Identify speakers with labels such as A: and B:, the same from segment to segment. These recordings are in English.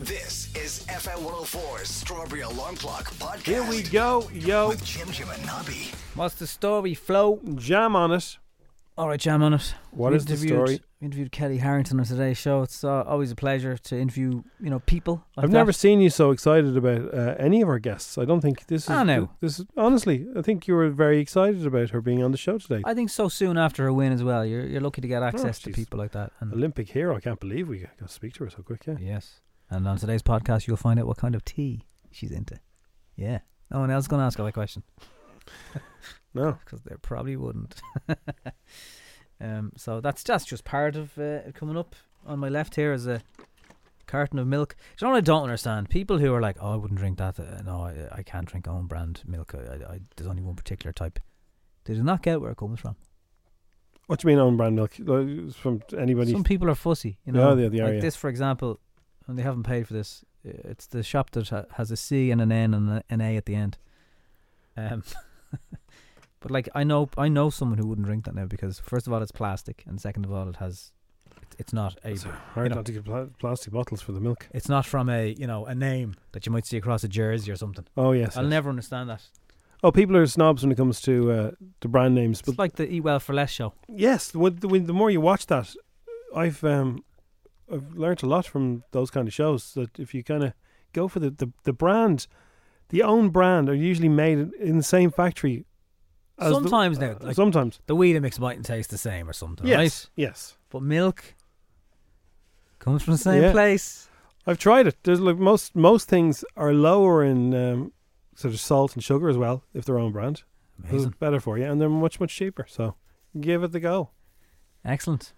A: This is FM 104's Strawberry Alarm Clock Podcast.
B: Here we go, yo.
A: With Jim Jim and Nobby.
C: What's the story, Flo?
B: Jam on it.
C: All right, jam on it.
B: What
C: What is
B: is the story?
C: We interviewed Kelly Harrington on today's show. It's uh, always a pleasure to interview, you know, people. Like
B: I've
C: that.
B: never seen you so excited about uh, any of our guests. I don't think this is.
C: I know.
B: This is honestly, I think you were very excited about her being on the show today.
C: I think so soon after a win as well. You're you're lucky to get access to
B: Oh, jeez.
C: people like that. And
B: Olympic hero. I can't believe we got to speak to her so quick. Yeah.
C: yes, and on today's podcast you'll find out what kind of tea she's into. Yeah, no one else going to ask her that question
B: No.
C: because they probably wouldn't. um, so that's that's just part of uh, coming up. On my left here is a carton of milk. Do you know what I don't understand? People who are like, "Oh, I wouldn't drink that. Uh, no, I, I can't drink own brand milk. I, I, I, there's only one particular type." They do not get where it comes from.
B: What do you mean own brand milk? Uh, From anybody? Oh,
C: Some people are fussy,
B: Yeah,
C: you know.
B: they- they are,
C: like
B: yeah.
C: this, for example, and they haven't paid for this. i- It's the shop that ha- has a C and an N and a- an A at the end. Um, but like I know, I know someone who wouldn't drink that now because first of all, it's plastic, and second of all, it has, it's- it's not a,
B: it's
C: you
B: hard
C: know.
B: not to get pla- plastic bottles for the milk.
C: it's not from a you know a name that you might see across a jersey or something.
B: Oh yes.
C: I'll
B: yes.
C: never understand that.
B: Oh, people are snobs when it comes to uh, the brand names, but
C: It's like the Eat Well for Less show.
B: Yes, the, the, the more you watch that, I've um, I've learnt a lot from those kind of shows. That if you kind of go for the, the, the brand, the own brand are usually made in the same factory. as the- uh,
C: Sometimes now, like-
B: sometimes,
C: The Weetabix mightn't taste the same or something,
B: yes,
C: right?
B: yes.
C: But milk comes from the same
B: Yeah.
C: place.
B: I've tried it. There's like most most things are lower in um, sort of salt and sugar as well if they're own brand. It's
C: Amazing.
B: better for you, and they're much much cheaper. So give it the go.
C: Excellent.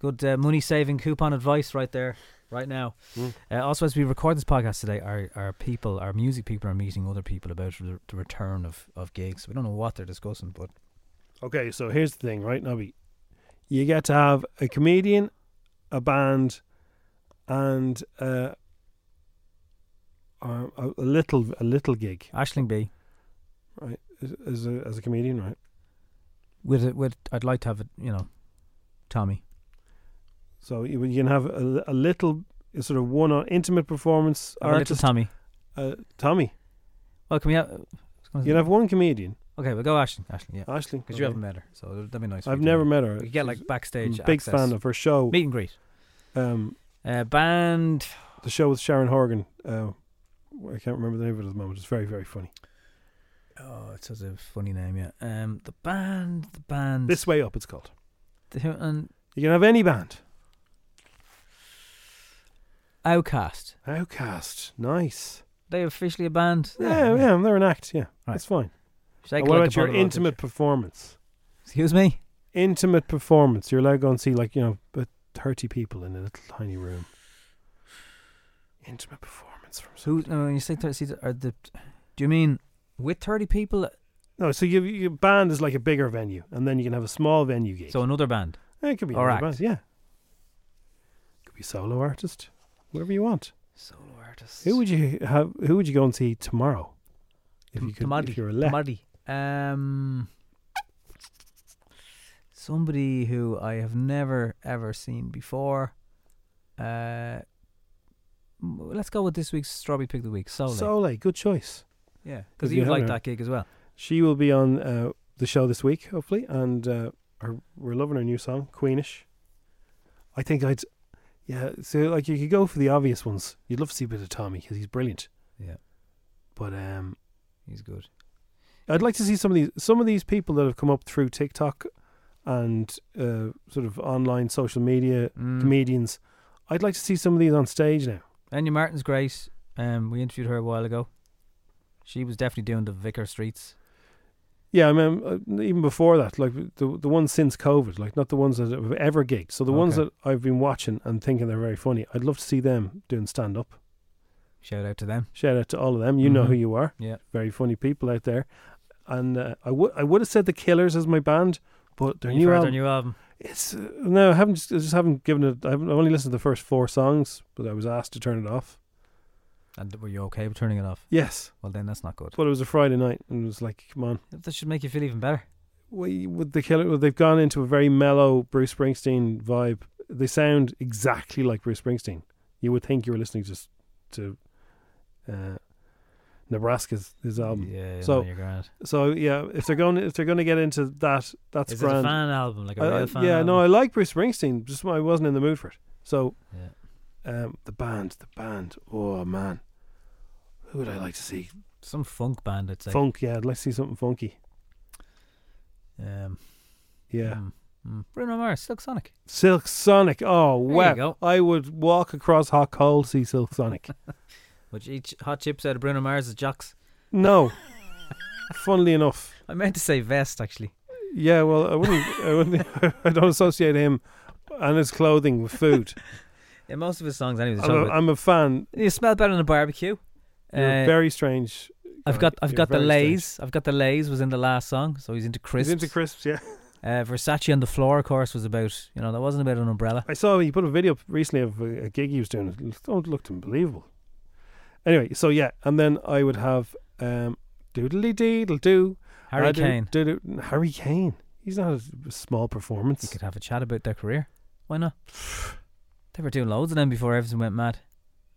C: Good uh, money saving coupon advice right there, right now.
B: Hmm.
C: Uh, also, as we record this podcast today, our, our people, our music people, are meeting other people about the, the return of, of gigs. We don't know what they're discussing, but
B: Okay, so here's the thing, right, Nobby? You get to have a comedian, a band, and uh, a, a little a little gig,
C: Ashling B,
B: right? as- As a, as a comedian, right?
C: with it, with I'd like to have it, you know, Tommy.
B: So you, you can have a, a little a sort of one on intimate performance
C: I have a little
B: artist,
C: Tommy.
B: uh, Tommy.
C: Well, can we have?
B: You can have one comedian,
C: okay, we'll go Ashling. Ashling, yeah,
B: Ashley.
C: because you
B: okay.
C: haven't met her, so that'd be nice. if
B: I've
C: you
B: never
C: did.
B: met her.
C: You get like backstage.
B: big
C: access.
B: fan of her show.
C: meet and greet.
B: Um,
C: Uh, band.
B: the show with Sharon Horgan. Uh, I can't remember the name of it at the moment. It's very very funny.
C: Oh, it has a funny name, yeah. Um, the band, the band.
B: This way up, it's called.
C: the, and
B: You can have any band.
C: Outcast.
B: Outcast, nice.
C: They officially a band.
B: Yeah, yeah, they're an act. Yeah,
C: Right.
B: that's fine.
C: Shake
B: But what
C: like
B: about
C: a
B: your
C: bottle of vodka.
B: intimate performance?
C: Excuse me.
B: Intimate performance. You're allowed to go and see like you know, but thirty people in a little tiny room. Intimate performance from
C: So
B: somebody.
C: no, when you say thirty, seats, are the, do you mean with thirty people?
B: No, so you, your band is like a bigger venue, and then you can have a small venue gig.
C: So another band.
B: Yeah, Eh, it could be
C: or
B: another
C: act.
B: band, yeah. Could be solo artist, whatever you want.
C: Solo artists.
B: Who would you have? Who would you go and see tomorrow? If you could, if you were left,
C: Um, somebody who I have never ever seen before. Uh, m- let's go with this week's strawberry pick of the week. Solo.
B: Soleil, good choice.
C: yeah,
B: if
C: because
B: you
C: you
B: haven't
C: liked
B: heard-
C: that gig as well.
B: She will be on uh, the show this week, hopefully, and uh, Our, we're loving our new song, Queenish. I think I'd, yeah. So like you could go for the obvious ones. You'd love to see a bit of Tommy because he's brilliant.
C: Yeah,
B: But um,
C: he's good.
B: I'd like to see some of these some of these people that have come up through TikTok and uh, sort of online social media
C: Mm.
B: comedians. I'd like to see some of these on stage now.
C: Enya Martin's great. Um, we interviewed her a while ago. She was definitely doing the Vicar Streets.
B: Yeah, I mean, uh, even before that, like the the ones since COVID, like not the ones that have ever gigged. So the ones
C: Okay.
B: that I've been watching and thinking they're very funny. I'd love to see them doing stand up.
C: Shout out to them.
B: Shout out to all of them. You know
C: Mhm.
B: who you are.
C: Yeah.
B: Very funny people out there. And uh, I would I would have said the Killers as my band, but their
C: You've
B: new
C: heard
B: album.
C: their new album.
B: It's uh, no, I haven't. I just haven't given it. I haven't, I've only listened to the first four songs, but I was asked to turn it off.
C: And were you okay with turning it off?
B: Yes,
C: Well, then that's not good.
B: but it was a Friday night, and it was like, come on,
C: That should make you feel even better.
B: we with the killer. well, They've gone into a very mellow Bruce Springsteen vibe. They sound exactly like Bruce Springsteen. You would think you were listening just to uh, Nebraska's his album.
C: Yeah.
B: So-
C: So you're grand.
B: So yeah, if they're going, if they're going to get into that, that's
C: Is it a
B: grand.
C: fan album? Like a
B: I- I-
C: real fan?
B: yeah,
C: album?
B: no, I like Bruce Springsteen. Just I wasn't in the mood for it. So
C: Yeah.
B: Um, the band, the band. Oh man, who would I like to see?
C: Some funk band, I'd say.
B: Funk, yeah. I'd like to see something funky.
C: Um,
B: Yeah,
C: mm, mm. Bruno Mars, Silk Sonic.
B: Silk Sonic. Oh
C: There you
B: wow,
C: go.
B: I would walk across hot coal to see Silk Sonic.
C: Which each hot chips out of Bruno Mars is jocks.
B: no, funnily enough,
C: I meant to say vest, actually.
B: yeah. Well, I wouldn't. I wouldn't. I don't associate him and his clothing with food.
C: Yeah, most of his songs, anyway.
B: I'm a, I'm a fan.
C: You smell better than a barbecue.
B: You're
C: Uh,
B: very strange.
C: I've got I've
B: You're
C: got the
B: very
C: lays.
B: strange.
C: I've got the lays was in the last song, so he's into
B: He's
C: crisps.
B: into crisps. Yeah,
C: uh, Versace on the floor, of course, was about you know that wasn't about an umbrella.
B: I saw Oh, he put a video up recently of a, a gig he was doing. It looked, looked unbelievable. Anyway, so yeah, and then I would have um, doodly deedle do.
C: Harry
B: I do-
C: Kane.
B: do- do- Harry Kane. He's not a small
C: You
B: performance.
C: could have a chat about their career. Why not? They were doing loads of them before everything went mad.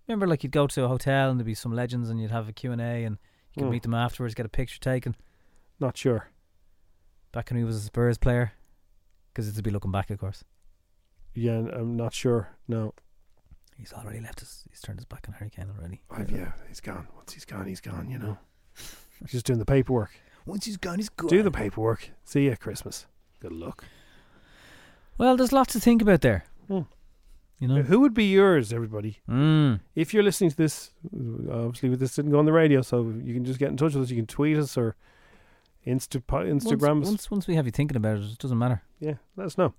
C: Remember, like you'd go to a hotel and there'd be some legends, and you'd have a Q and A, and you could
B: Mm.
C: meet them afterwards, get a picture taken.
B: Not sure.
C: Back when he was a Spurs player, because it'd be looking back, of course.
B: Yeah, n- I'm not sure. No.
C: He's already left us. He's turned his back on Harry Kane already.
B: Oh, yeah, he's gone. Once he's gone, he's gone, you know. He's just doing the paperwork.
C: Once he's gone, he's gone.
B: Do the paperwork. See you at Christmas. Good luck.
C: Well, there's lots to think about there.
B: Mm.
C: You know.
B: Who would be yours, everybody?
C: Mm.
B: If you're listening to this, obviously this didn't go on the radio, so you can just get in touch with us. You can tweet us or Insta- Instagram.
C: Once,
B: us.
C: once, once we have you thinking about it, it doesn't matter.
B: Yeah, let us know.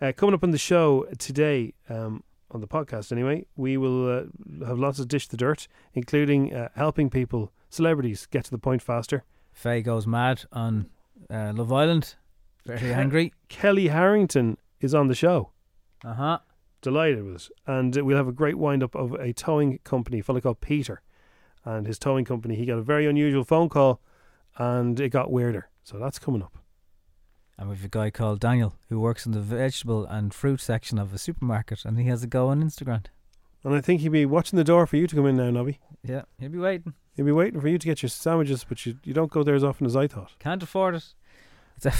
B: Uh, coming up on the show today, um, on the podcast anyway, we will uh, have lots of Dish the Dirt, including uh, helping people, celebrities, get to the point faster.
C: Faye goes mad on uh, Love Island. Very angry.
B: Kelly Harrington is on the show.
C: Uh huh.
B: delighted with it. And uh, we'll have a great wind up of a towing company, a fella called Peter. And his towing company, he got a very unusual phone call and it got weirder. So that's coming up.
C: And we have a guy called Daniel who works in the vegetable and fruit section of a supermarket, and he has a go on Instagram.
B: And I think he'd be watching the door for you to come in now, Nobby.
C: Yeah, he'll be waiting.
B: He'd be waiting for you to get your sandwiches, but you, you don't go there as often as I thought.
C: Can't afford it. It's, a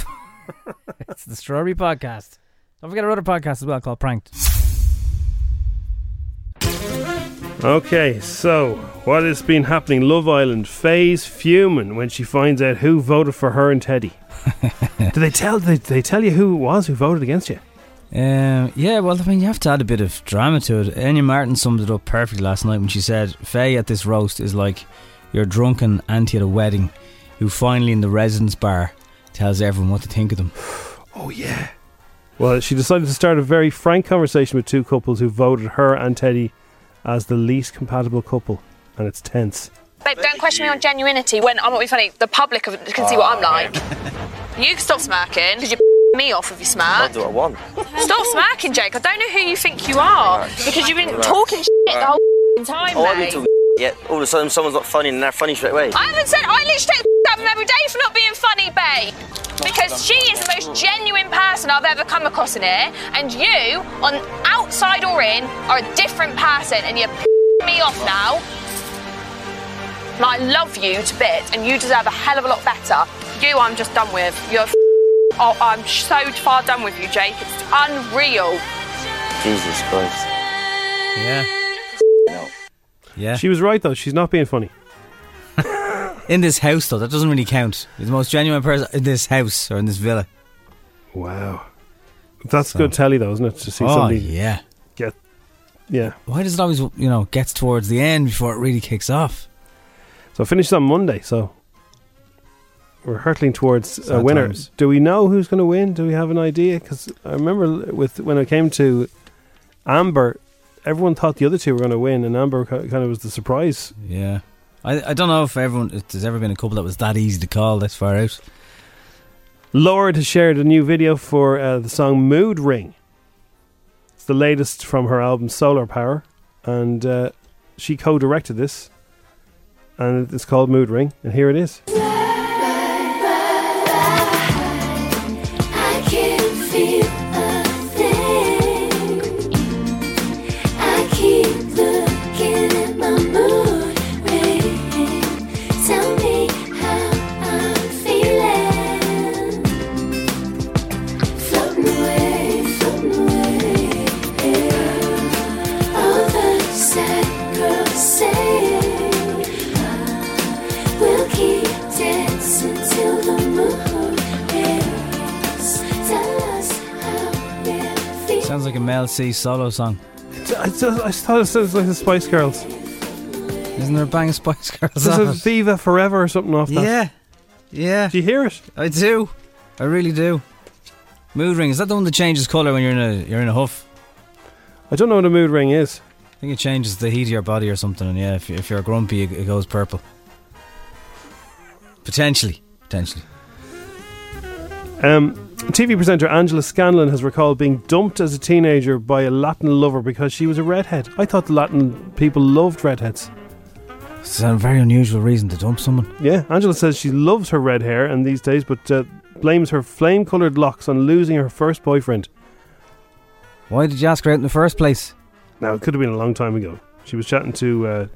C: it's the Strawberry Podcast. Don't forget our other podcast as well called Pranked.
B: Okay, so what has been happening? Love Island, Faye's fuming when she finds out who voted for her and Teddy. did they tell did they tell you who it was who voted against you?
C: Um, yeah, well, I mean, you have to add a bit of drama to it. Enya Martin summed it up perfectly last night when she said, Faye at this roast is like your drunken auntie at a wedding who finally in the residence bar tells everyone what to think of them.
B: Oh yeah. Well, she decided to start a very frank conversation with two couples who voted her and Teddy as the least compatible couple, and it's tense.
D: Babe, don't question me on genuinity when I'm not being funny. The public can see what I'm like. You can stop smirking because you me off if you smirk.
E: I won.
D: Stop smirking, Jake. I don't know who you think you are because you've been talking shit the whole f***ing time,
E: Oh, I
D: mate.
E: mean, yeah, all of a sudden someone's not funny and they're funny straight away.
D: I haven't said I literally take the f- out of them every day for not being funny, babe. Because she is the most genuine person I've ever come across in here, and you, on outside or in, are a different person, and you're pissing me off now. And I love you to bits, and you deserve a hell of a lot better. You, I'm just done with. You're a f- Oh, I'm so far done with you, Jake. It's unreal.
E: Jesus Christ.
C: Yeah. Yeah.
B: She was right though. She's not being funny.
C: in this house, though, that doesn't really count. You're the most genuine person in this house or in this villa.
B: Wow, that's good telly though, isn't it? To see
C: Oh,
B: somebody
C: yeah.
B: get, yeah.
C: Why does it always, you know, gets towards the end before it really kicks off?
B: So it finishes on Monday. So we're hurtling towards a
C: Sad
B: winner.
C: times.
B: Do we know who's going to win? Do we have an idea? Because I remember l- with when it came to Amber, everyone thought the other two were going to win, and Amber ki- kind of was the surprise.
C: Yeah. I, I don't know if everyone, if there's ever been a couple that was that easy to call this far out.
B: Lord has shared a new video for uh, the song "Mood Ring." It's the latest from her album Solar Power, and uh, she co-directed this, and it's called "Mood Ring." And here it is.
C: Sounds like a Mel C solo song.
B: I just, I just thought it sounded like the Spice Girls.
C: Isn't there a bang of Spice Girls?
B: This
C: on
B: is Viva Forever or something off that.
C: Yeah. Yeah.
B: Do you hear it?
C: I do. I really do. Mood ring. Is that the one that changes colour when you're in a you're in a huff?
B: I don't know what a mood ring is.
C: I think it changes the heat of your body or something. And yeah, if, you- if you're grumpy, it, it goes purple. Potentially. Potentially.
B: Um, TV presenter Angela Scanlon has recalled being dumped as a teenager by a Latin lover because she was a redhead. I thought the Latin people loved redheads.
C: It's a very unusual reason to dump someone.
B: Yeah, Angela says she loves her red hair and these days, but uh, blames her flame coloured locks on losing her first boyfriend.
C: Why did you ask her out in the first place?
B: Now, it could have been a long time ago. She was chatting to uh,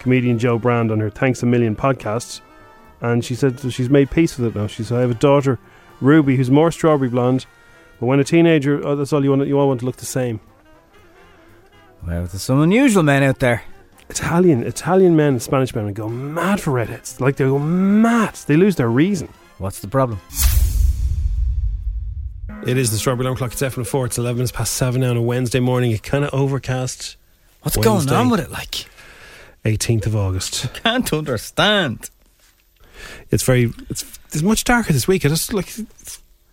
B: comedian Joe Brand on her Thanks a Million podcast, and she said that she's made peace with it now. She said, I have a daughter, Ruby, who's more strawberry blonde, but when a teenager, oh, that's all you want, you all want to look the same.
C: Well, there's some unusual men out there.
B: Italian, Italian men and Spanish men would go mad for redheads. Like, they go mad. They lose their reason.
C: What's the problem?
B: It is the Strawberry Alarm Clock. It's F4. It's 11 minutes past 7 now on a Wednesday morning. It kind of overcast.
C: What's
B: Wednesday.
C: going on with it? Like,
B: 18th of August.
C: can't understand.
B: It's very, it's, it's much darker this week. I just, like,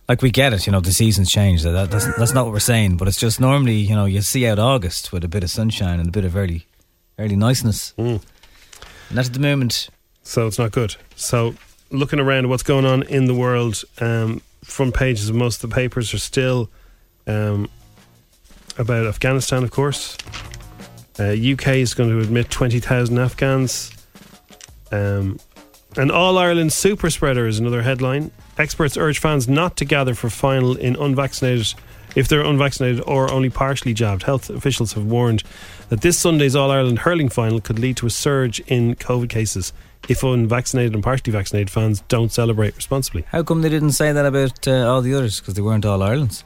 C: Like we get it, you know, the seasons change. That, that that's, that's not what we're saying, but it's just normally, you know, you see out August with a bit of sunshine and a bit of early, early niceness.
B: Mm.
C: And that's at the moment.
B: so it's not good. So, looking around at what's going on in the world, um, front pages of most of the papers are still um, about Afghanistan, of course. Uh, UK is going to admit 20,000 Afghans. Um, an All Ireland super spreader is another headline. Experts urge fans not to gather for final in unvaccinated if they're unvaccinated or only partially jabbed. Health officials have warned that this Sunday's All Ireland hurling final could lead to a surge in COVID cases if unvaccinated and partially vaccinated fans don't celebrate responsibly.
C: How come they didn't say that about uh, all the others? Because they weren't all Irelands.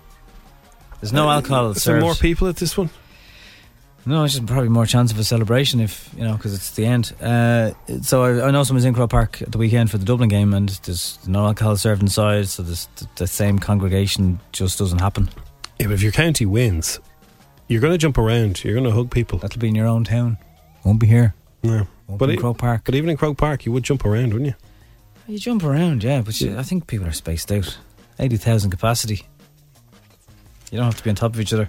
C: There's no alcohol
B: Uh, Is there
C: served.
B: more people at this one?
C: No, it's just probably more chance of a celebration if you know because it's the end. Uh, so I, I know someone's in Crow Park at the weekend for the Dublin game, and there's no alcohol served inside, so there's the, the same congregation just doesn't happen.
B: Yeah, but if your county wins, you're going to jump around. You're going to hug people.
C: That'll be in your own town. Won't be here.
B: No.
C: Won't
B: But,
C: be in
B: e-
C: Crow Park.
B: but even in Croke Park, you would jump around, wouldn't you?
C: Oh, you jump around, yeah. But you, I think people are spaced out. Eighty thousand capacity. You don't have to be on top of each other.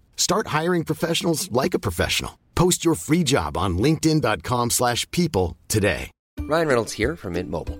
F: Start hiring professionals like a professional. Post your free job on linkedin.com/people slash people today.
G: Ryan Reynolds here from Mint Mobile.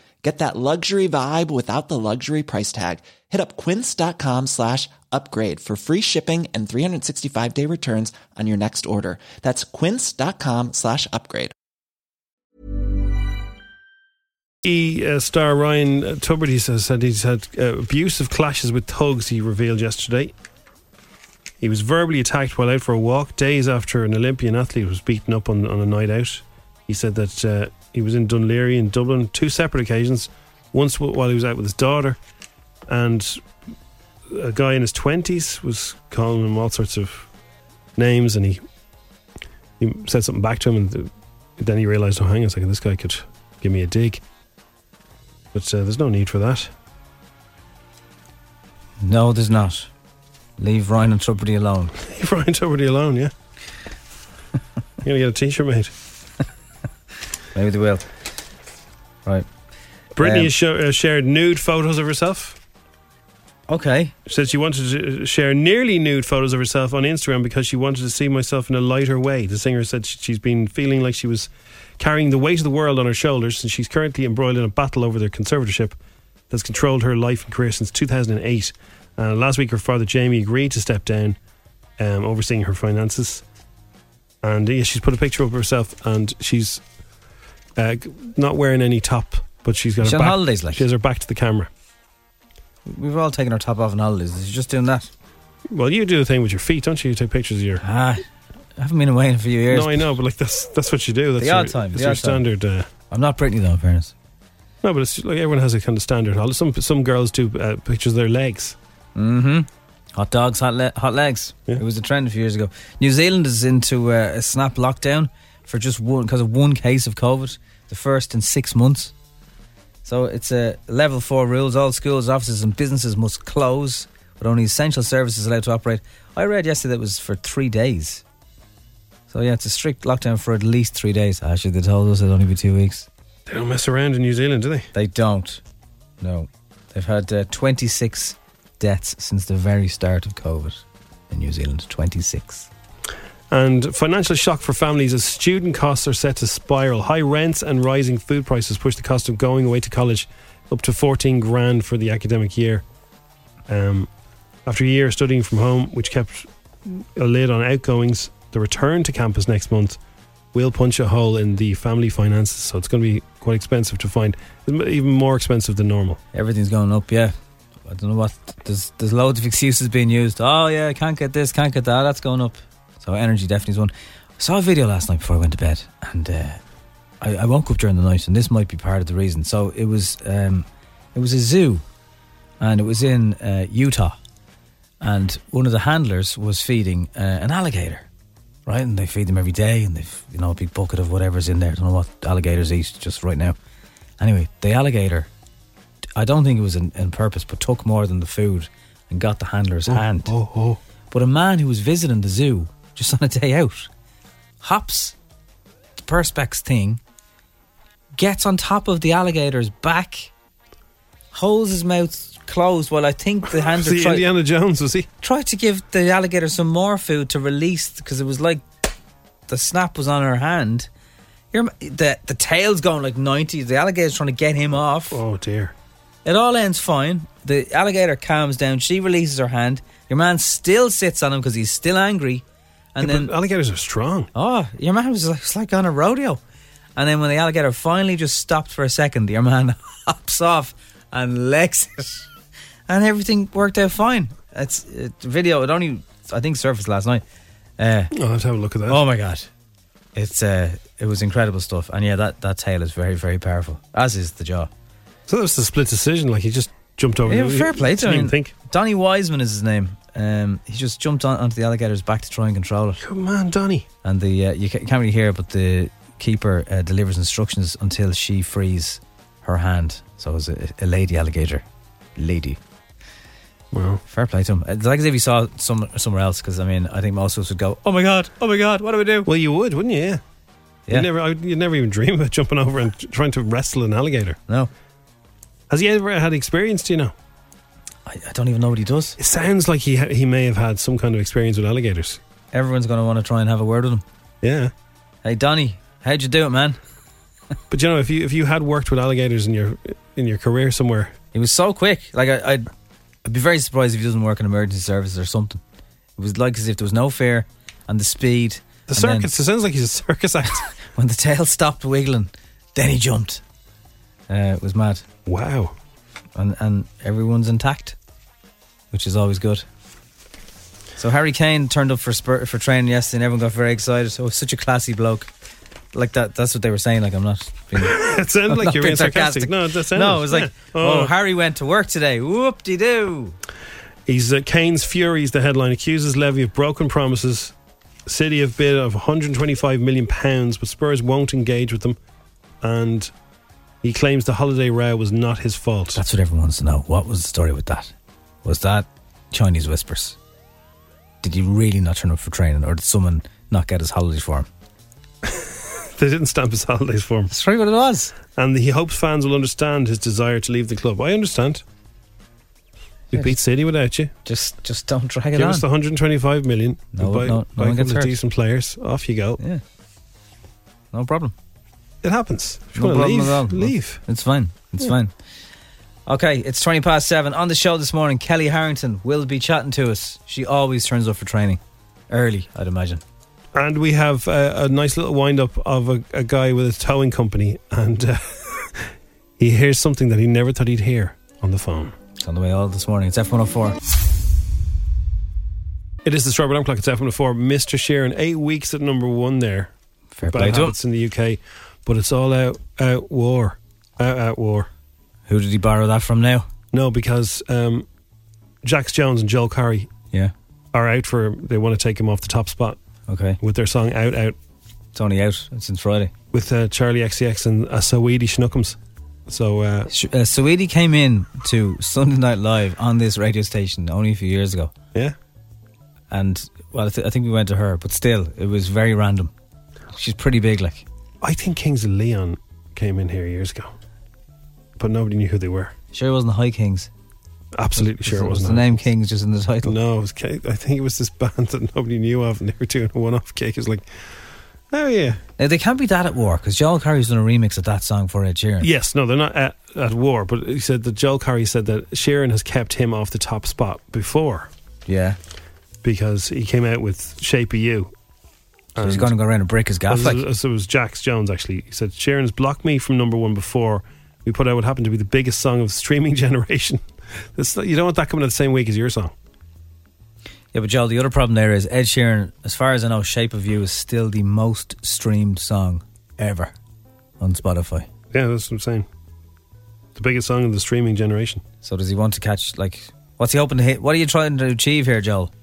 H: Get that luxury vibe without the luxury price tag. Hit up quince.com slash upgrade for free shipping and 365 day returns on your next order. That's quince.com slash upgrade.
B: E uh, star Ryan Tuberty has said he's had uh, abusive clashes with thugs, he revealed yesterday. He was verbally attacked while out for a walk days after an Olympian athlete was beaten up on, on a night out. He said that uh, he was in Dunleary in Dublin two separate occasions, once w- while he was out with his daughter, and a guy in his 20s was calling him all sorts of names and he, he said something back to him and th- then he realised, oh, hang on a second, this guy could give me a dig. But uh, there's no need for that.
C: No, there's not. Leave Ryan and Trubbery alone.
B: Brian Tuberty alone, yeah. You're going to get a t-shirt made.
C: Maybe they will. Right.
B: Brittany
C: Um,
B: has sho- uh, shared nude photos of herself.
C: Okay.
B: She said she wanted to uh, share nearly nude photos of herself on Instagram because she wanted to see myself in a lighter way. The singer said sh- she's been feeling like she was carrying the weight of the world on her shoulders, and she's currently embroiled in a battle over their conservatorship that's controlled her life and career since 2008. Uh, last week, her father Jamie agreed to step down, um, overseeing her finances. And yeah, she's put a picture of herself, and she's uh, g- not wearing any top, but she's got
C: She's
B: her
C: on
B: back.
C: holidays, like.
B: She has her back to the camera.
C: We've all taken our top off on holidays. Is she just doing that?
B: Well, you do the thing with your feet, don't you? You take pictures of your
C: Ah, I haven't been away in a few years.
B: No, I know, but like that's that's what you do. That's
C: The odd
B: your,
C: time,
B: That's
C: the
B: your
C: odd time.
B: standard. Uh,
C: I'm not Britney, though, in fairness.
B: no, but it's like everyone has a kind of standard. holiday. Some some girls do uh, pictures of their legs.
C: Mm-hmm. Hot dogs, hot, le- hot legs.
B: Yeah.
C: It was a trend a few years ago. New Zealand is into uh, a snap lockdown for just one because of one case of COVID, the first in six months. So it's a level four rules. All schools, offices, and businesses must close, but only essential services allowed to operate. I read yesterday that it was for three days. So yeah, it's a strict lockdown for at least three days. Actually, they told us it'd only be two weeks.
B: They don't mess around in New Zealand, do they?
C: They don't. No. They've had uh, 26 deaths since the very start of COVID in New Zealand. 26.
B: And financial shock for families as student costs are set to spiral. High rents and rising food prices push the cost of going away to college up to fourteen grand for the academic year. Um, after a year of studying from home, which kept a lid on outgoings, the return to campus next month will punch a hole in the family finances. So it's going to be quite expensive to find, even more expensive than normal.
C: Everything's going up, yeah. I don't know what. There's, there's loads of excuses being used. Oh, yeah, I can't get this, can't get that. That's going up. So energy definitely is one. I saw a video last night before I went to bed, and uh, I, I woke up during the night, and this might be part of the reason. So it was, um, it was a zoo, and it was in uh, Utah, and one of the handlers was feeding uh, an alligator, right? And they feed them every day, and they've you know a big bucket of whatever's in there. I don't know what alligators eat just right now. Anyway, the alligator, I don't think it was in, in purpose, but took more than the food and got the handler's hand.
B: Oh, oh.
C: But a man who was visiting the zoo just on a day out hops the Perspex thing, gets on top of the alligator's back, holds his mouth closed while I think the hands
B: Was
C: are
B: he
C: trying
B: Indiana Jones, was he?
C: tried to give the alligator some more food to release because it was like the snap was on her hand. Your m- the the tail's going like ninety. The alligator's trying to get him off.
B: Oh, dear.
C: It all ends fine. The alligator calms down. She releases her hand. Your man still sits on him because he's still angry. And
B: Yeah,
C: then
B: but alligators are strong.
C: Oh, your man was like, it's like on a rodeo. And then when the alligator finally just stopped for a second, your man hops off and legs it. And everything worked out fine. It's, it video, it only, I think, surfaced last night. Uh,
B: oh, let's have a look at that.
C: Oh my god, it's uh, it was incredible stuff. And yeah, that that tail is very very powerful, as is the jaw.
B: So that was the split decision. Like he just jumped over.
C: Yeah,
B: the-
C: fair play to
B: Oh, didn't
C: him.
B: even think.
C: Donny Wiseman is his name. Um, he just jumped on, onto the alligator's back to try and control it.
B: Good Oh, man, Donny.
C: And the uh, you ca- can't really hear, it, but the keeper uh, delivers instructions until she frees her hand. So it's a, a lady alligator, lady.
B: Wow.
C: Fair play to him. It's like as if he saw it some somewhere else. Because I mean, I think most of us would go, "Oh my god, oh my god, what do we do?"
B: Well, you would, wouldn't you? Yeah.
C: Yeah.
B: You never, I- you'd never even dream about jumping over and t- trying to wrestle an alligator.
C: No.
B: Has he ever had experience? Do you know?
C: I, I don't even know what he does.
B: It sounds like he ha- he may have had some kind of experience with alligators.
C: Everyone's going to want to try and have a word with him.
B: Yeah.
C: Hey, Donny, how'd you do it, man?
B: But you know, if you if you had worked with alligators in your in your career somewhere,
C: He was so quick. Like I, I'd, I'd be very surprised if he doesn't work in emergency services or something. It was like as if there was no fear and the speed.
B: the
C: and then
B: circus. It sounds like he's a circus act.
C: when the tail stopped wiggling, then he jumped. Uh, it was mad,
B: wow.
C: and and everyone's intact, which is always good. So Harry Kane turned up for spur, for training yesterday, and everyone got very excited. Oh, such a classy bloke. Like that. That's what they were saying. Like I'm not. Being,
B: It sounded like
C: not
B: you're
C: being
B: being sarcastic. No, that sounded,
C: no, it was like,
B: yeah.
C: oh, Harry went to work today. Whoop de doo.
B: He's uh, Kane's Fury is the headline. Accuses Levy of broken promises. City have bid of 125 million pounds, but Spurs won't engage with them. And he claims the holiday row was not his fault.
C: That's what everyone wants to know. What was the story with that? Was that Chinese whispers? Did he really not turn up for training, or did someone not get his holidays for him?
B: They didn't stamp his holidays for him.
C: That's right, what it was.
B: And he hopes fans will understand his desire to leave the club. I understand. We beat City without you.
C: Just, just don't drag it
B: Give
C: on.
B: us the 125 million.
C: No,
B: We'll buy,
C: no, no
B: buy
C: one
B: a
C: gets
B: couple of
C: hurt.
B: decent players. Off you go.
C: yeah, no problem.
B: It happens. If you
C: No
B: wanna
C: problem
B: leave,
C: at all.
B: leave.
C: It's fine. It's fine. Okay, it's 20 past seven. On the show this morning, Kelly Harrington will be chatting to us. She always turns up for training early, I'd imagine.
B: And we have uh, a nice little wind up of a, a guy with a towing company, and uh, he hears something that he never thought he'd hear on the phone.
C: It's on the way all this morning. It's F104.
B: It is the Strawberry Alarm Clock. It's FM4. Mr. Sheeran, eight weeks at number one there.
C: Fair
B: Bad
C: play to him.
B: habits in the UK, but it's all out out war, out out war.
C: Who did he borrow that from now?
B: No, because um, Jax Jones and Joel Curry
C: Yeah.
B: are out for. They want to take him off the top spot
C: Okay.
B: with their song "Out Out"
C: It's only out since Friday.
B: with uh, Charlie XCX and uh, Saweetie Schnuckums. So uh,
C: Sh- Uh, Saweetie came in to Sunday Night Live on this radio station only a few years ago,
B: yeah,
C: and well, I, th- I think we went to her, but still, it was very random. She's pretty big, like
B: I think Kings of Leon came in here years ago, but nobody knew who they were.
C: sure it wasn't the High Kings.
B: Absolutely sure it
C: was
B: wasn't.
C: the name Kings just in the title.
B: No, it was, K- I think it was this band that nobody knew of, and they were doing a one-off gig. It's like, oh yeah,
C: Now, they can't be that at war because Joel Curry's done a remix of that song for Ed Sheeran.
B: Yes, no, they're not at, at war, but he said that Joel Curry said that Sheeran has kept him off the top spot before
C: yeah.
B: because he came out with Shape of You.
C: So he's going to go around and break his
B: Well,
C: gaff.
B: this
C: Like,
B: is- this was Jax Jones actually. He said Sheeran's blocked me from number one before. We put out what happened to be the biggest song of the streaming generation. That's not- you don't want that coming out the same week as your song.
C: yeah, but Joel, the other problem there is Ed Sheeran, as far as I know, Shape of You is still the most streamed song ever on Spotify.
B: Yeah, that's what I'm saying. The biggest song of the streaming generation.
C: So does he want to catch like what's he hoping to hit? What are you trying to achieve here, Joel?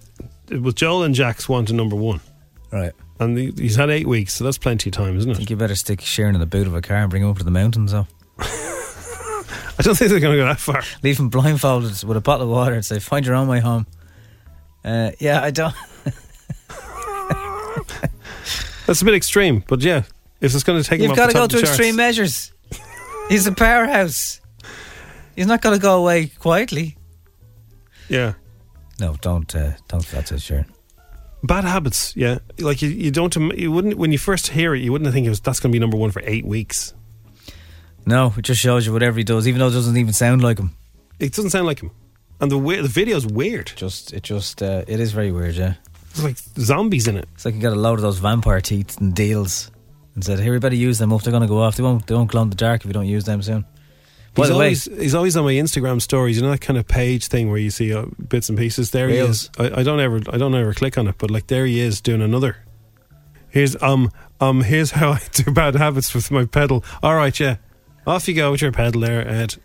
B: It was Joel and Jax one to number one,
C: Right.
B: and he- he's had eight weeks, so that's plenty of time, isn't
C: I
B: it?
C: think you better stick Sharon in the boot of a car and bring him up to the mountains. Though
B: I don't think they're going to go that far.
C: leave him blindfolded with a bottle of water and say, "Find your own way home." Uh, yeah, I don't.
B: That's a bit extreme, but yeah, if it's going to take him
C: You've
B: off
C: got
B: the
C: to
B: top
C: go
B: of the
C: to
B: charts-
C: extreme measures. He's a powerhouse. He's not going to go away quietly.
B: yeah,
C: No, don't uh, don't do that to Sharon.
B: bad habits. Yeah, like you, you don't, im- you wouldn't when you first hear it, you wouldn't think it was that's going to be number one for eight weeks.
C: No, it just shows you whatever he does, even though it doesn't even sound like him.
B: It doesn't sound like him, and the we- the video's weird.
C: Just it just uh, it is very weird. Yeah.
B: There's like zombies in it.
C: It's like you got a load of those vampire teeth and deals and said, Here we better use them up, they're gonna go off. They won't they won't glow in the dark if we don't use them soon. By
B: he's
C: the way-
B: always he's always on my Instagram stories. You know that kind of page thing where you see uh, bits and pieces. There he
C: Reels.
B: is. I, I don't ever I don't ever click on it, but like there he is doing another. Here's um um here's how I do bad habits with my pedal. All right, yeah, off you go with your pedal there, Ed.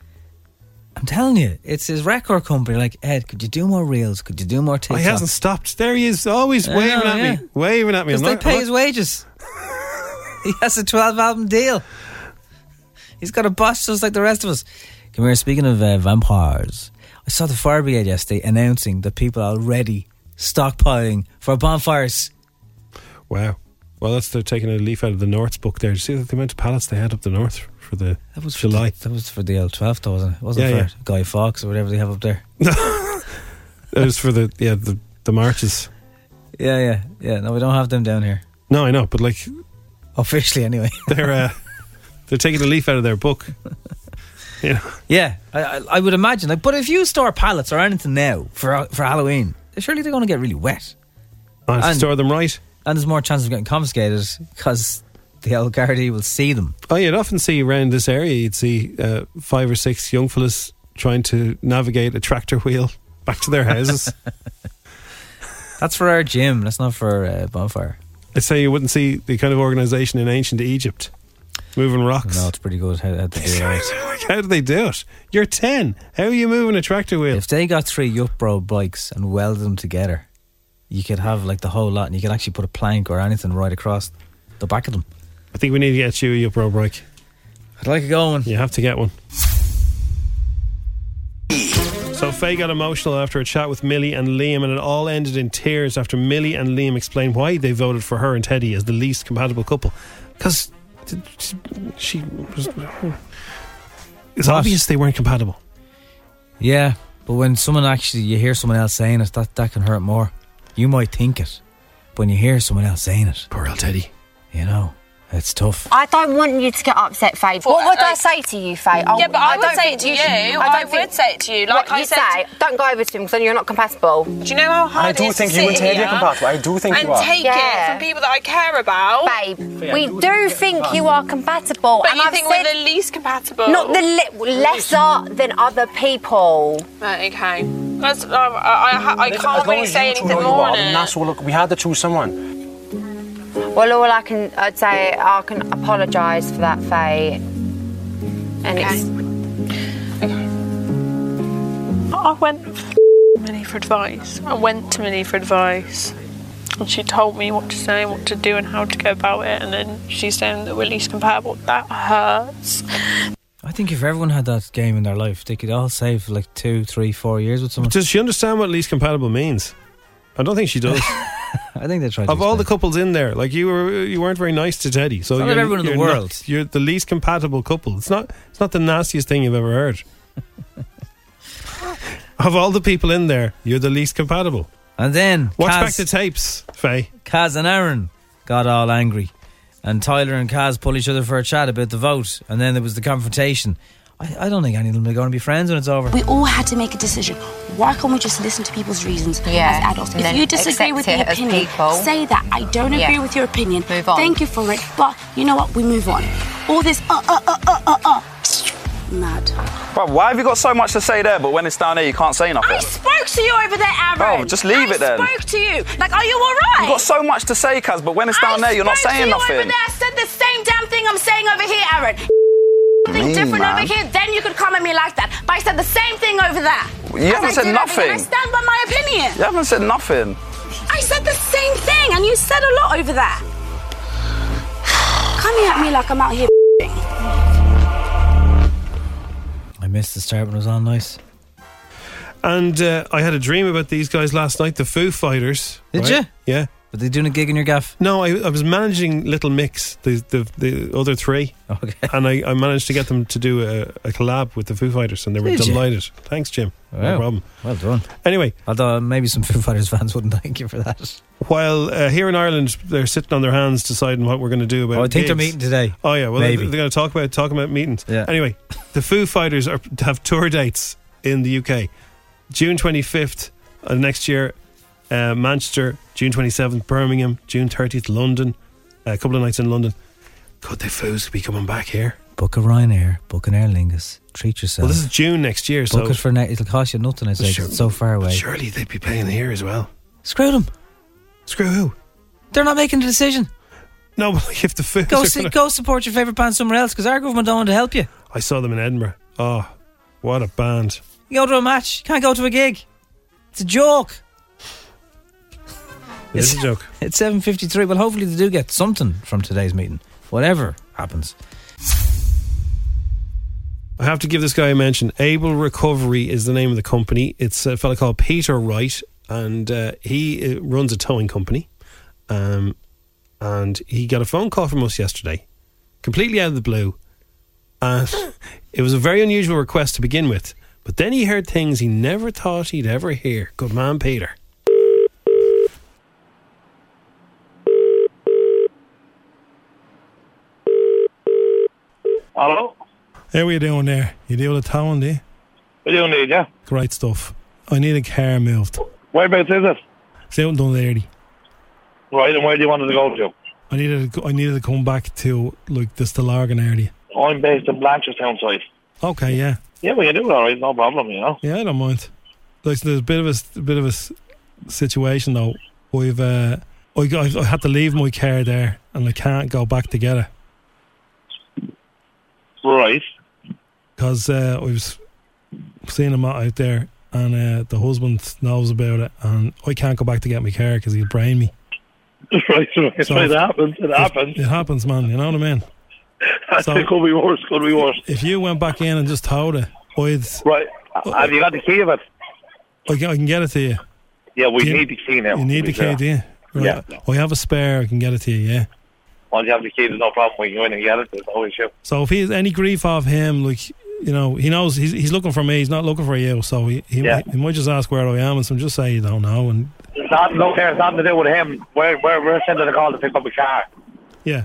C: I'm telling you, it's his record company. Like Ed, could you do more reels? Could you do more
B: Oh,
C: TikTok?
B: he hasn't stopped. There he is, always
C: I
B: waving
C: know,
B: at
C: Oh, yeah.
B: me, waving at me.
C: Because
B: I'm
C: they
B: not-
C: pay
B: I'm
C: his
B: not-
C: wages. he has a 12 album deal. He's got a boss just like the rest of us. Come here, speaking of uh, vampires, I saw the fire brigade yesterday announcing that people are already stockpiling for bonfires.
B: Wow. Well, that's they're taking a leaf out of the North's book there. Did you see the amount of pallets they had up the North for the
C: That was for
B: July?
C: the- that was for the L12, though, wasn't it? It wasn't
B: Yeah,
C: for
B: yeah.
C: Guy Fawkes or whatever they have up there.
B: it was for the yeah the, the marches.
C: Yeah, yeah, yeah. No, we don't have them down here.
B: No, I know, but like
C: Officially, anyway.
B: they're uh, they're taking a leaf out of their book. You know,
C: Yeah, I, I, I would imagine. Like, but if you store pallets or anything now for for Halloween, surely they're going to get really wet.
B: And Oh, store them right.
C: And there's more chance of getting confiscated because the old Gardaí will see them.
B: Oh, you'd often see around this area, you'd see uh, five or six young fellas trying to navigate a tractor wheel back to their houses.
C: That's for our gym. That's not for uh, bonfire.
B: I'd say you wouldn't see the kind of organisation in ancient Egypt moving rocks.
C: No, it's pretty good how, how they do it.
B: Like, how do they do it? You're ten. How are you moving a tractor wheel?
C: If they got three Yupro bikes and welded them together, you could have like the whole lot, and you could actually put a plank or anything right across the back of them.
B: I think we need to get you a Yupro bike.
C: I'd like a going.
B: You have to get one. So Faye got emotional after a chat with Millie and Liam, and it all ended in tears after Millie and Liam explained why they voted for her and Teddy as the least compatible couple. Because she was. It's
C: What?
B: obvious they weren't compatible.
C: Yeah, but when someone actually you hear someone else saying it, that that can hurt more. You might think it, but when you hear someone else saying it,
B: poor old Teddy.
C: You know, it's tough.
I: I don't want you to get upset, Faye. What would I say to you, Faye?
D: Yeah, but I would
I: don't
D: say
I: think
D: it to you. I would say it to you, like
I: what
D: I
I: you
D: said
I: say, don't go over to him because then you're not compatible. Do
D: you know how hard
I: I
D: it
I: do
D: is to
I: think you and
D: sit
I: Teddy are
D: here
I: compatible. I do think
D: and
I: you are.
D: take
I: Yeah.
D: it from people that I care about,
I: babe? we do think you are compatible. Oh,
D: But
I: and
D: you
I: I've
D: think
I: said
D: we're the least compatible?
I: not the li- lesser than other people.
D: Right, okay. That's, um, I, I, I, I can't really say anything more on it.
J: That's, well, look, we had to choose someone.
I: Well, all I can I'd say I can apologise for that, Faye. And it's
D: I went to Minnie for advice. I went to Minnie for advice. And she told me what to say, what to do, and how to go about it. And then she's saying that we're least compatible. That hurts.
C: I think if everyone had that game in their life, they could all save like two, three, four years with someone.
B: Does she understand what least compatible means? I don't think she does.
C: I think they tried.
B: of all the couples in there, like you were, you weren't very nice to Teddy. So
C: It's not
B: you're,
C: everyone in the
B: you're
C: world.
B: not- you're the least compatible couple. It's not. It's not the nastiest thing you've ever heard. of all the people in there, you're the least compatible.
C: And then
B: watch
C: Kaz-
B: back the tapes, Faye.
C: Kaz and Aaron got all angry, and Tyler and Kaz pulled each other for a chat about the vote, and then there was the confrontation. I, I don't think any of them are going to be friends when it's over.
K: We all had to make a decision. Why can't we just listen to people's reasons
I: Yeah,
K: as adults?
I: and
K: If
I: then
K: you disagree
I: accept
K: with
I: it
K: the
I: as
K: opinion,
I: people.
K: say that. I don't
I: Yeah.
K: agree with your opinion.
I: Move on.
K: Thank you for it, but you know what? We move on. All this uh uh uh uh uh uh. Mad.
L: Bro, why have you got so much to say there, but when it's down there, you can't say nothing?
K: I spoke to you over there, Aaron.
L: Bro, Oh, just leave
K: I
L: it then.
K: spoke to you. Like, are you all right?
L: You've got so much to say, Kaz, but when it's down
K: I
L: there, you're not
K: spoke to
L: saying
K: you
L: nothing.
K: Over there, I said the same damn thing I'm saying over here, Aaron. Something
L: Mean,
K: different
L: man.
K: over here, then you could come at me like that. But I said the same thing over there.
L: Well, you
K: as
L: haven't
K: I
L: said
K: did over here, and I
L: nothing.
K: stand by my opinion.
L: You haven't said nothing.
K: I said the same thing, and you said a lot over there. Coming at me like I'm out here.
C: I missed the start when it was all nice.
B: And uh, I had a dream about these guys last night, the Foo Fighters.
C: Did you?
B: Yeah.
C: But they doing a gig in your gaff?
B: No, I, I was managing Little Mix, the the, the other three.
C: Okay.
B: And I, I managed to get them to do a, a collab with the Foo Fighters, and they were
C: Did you?
B: delighted. Thanks, Jim. No
C: Wow.
B: problem.
C: Well done.
B: Anyway,
C: although uh, maybe some Foo Fighters fans wouldn't thank you for that.
B: While uh, here in Ireland, they're sitting on their hands deciding what we're going to do about.
C: Oh, I think they're
B: gigs.
C: meeting today.
B: Oh yeah, well
C: Maybe.
B: they're going to talk about talking about meetings.
C: Yeah.
B: Anyway, the Foo Fighters are, have tour dates in the UK, June twenty fifth of next year, uh, Manchester, June twenty seventh, Birmingham, June thirtieth, London, a couple of nights in London. Could the Foos be coming back here?
C: Book a Ryanair, book an Aer Lingus, treat yourself.
B: Well, this is June next year,
C: book
B: so
C: it for ne- it'll cost you nothing. I say 'cause
B: Sure-
C: it's so far away.
B: Surely they'd be paying here as well.
C: Screw them.
B: Screw who?
C: They're not making the decision.
B: No, but like if the food.
C: Go see, go support your favorite band somewhere else because our government don't want to help you.
B: I saw them in Edinburgh. Oh, what a band!
C: You go to a match, you can't go to a gig. It's a joke.
B: It is a joke.
C: It's seven fifty three. Well, hopefully they do get something from today's meeting, whatever happens.
B: I have to give this guy a mention. Able Recovery is the name of the company. It's a fella called Peter Wright, and uh, he uh, runs a towing company. Um, and he got a phone call from us yesterday, completely out of the blue. And it was a very unusual request to begin with, but then he heard things he never thought he'd ever hear. Good man, Peter.
J: Hello?
B: How are you doing there? You deal with towing, do you?
J: What do you need, yeah?
B: Great stuff. I need a car moved.
J: Whereabouts is it?
B: It's out in Dunleary.
J: Right, and where do you want it to go to?
B: I needed I needed to come back to like the Stillorgan area.
J: I'm based in Blanchardstown side.
B: Okay, yeah,
J: Yeah, we can do it, alright, no problem, you know.
B: yeah, I don't mind. Like, there's a bit of a, s- a bit of a s- situation though. We've uh, I, got- I had to leave my car there, and I can't go back to get it
J: Right.
B: because uh, I was seeing him out there, and uh, the husband knows about it, and I can't go back to get my car because he'll brain me.
J: right, right,
B: So-
J: right, it happens, it happens.
B: It happens, man. You know what I mean? so-
J: it could be worse, could be worse.
B: If you went back in and just towed it, I'd
J: Right, have you got the key of it?
B: I can, I can get it to you.
J: Yeah, we
B: Do you-
J: need the key now.
B: You need the key, do you? Right.
J: Yeah.
B: I have a spare. I can get it to you. Yeah.
J: Once you have the key, there's no problem, we can go in and get it, there's no issue.
B: So if he has any grief of him, like you know, he knows he's, he's looking for me. He's not looking for you. So he he,
J: Yeah.
B: he might just ask where I am, and some just say you don't know. And
J: It's not, no care, it's nothing to do with him. We're, we're, we're sending a call to pick up a car.
B: Yeah.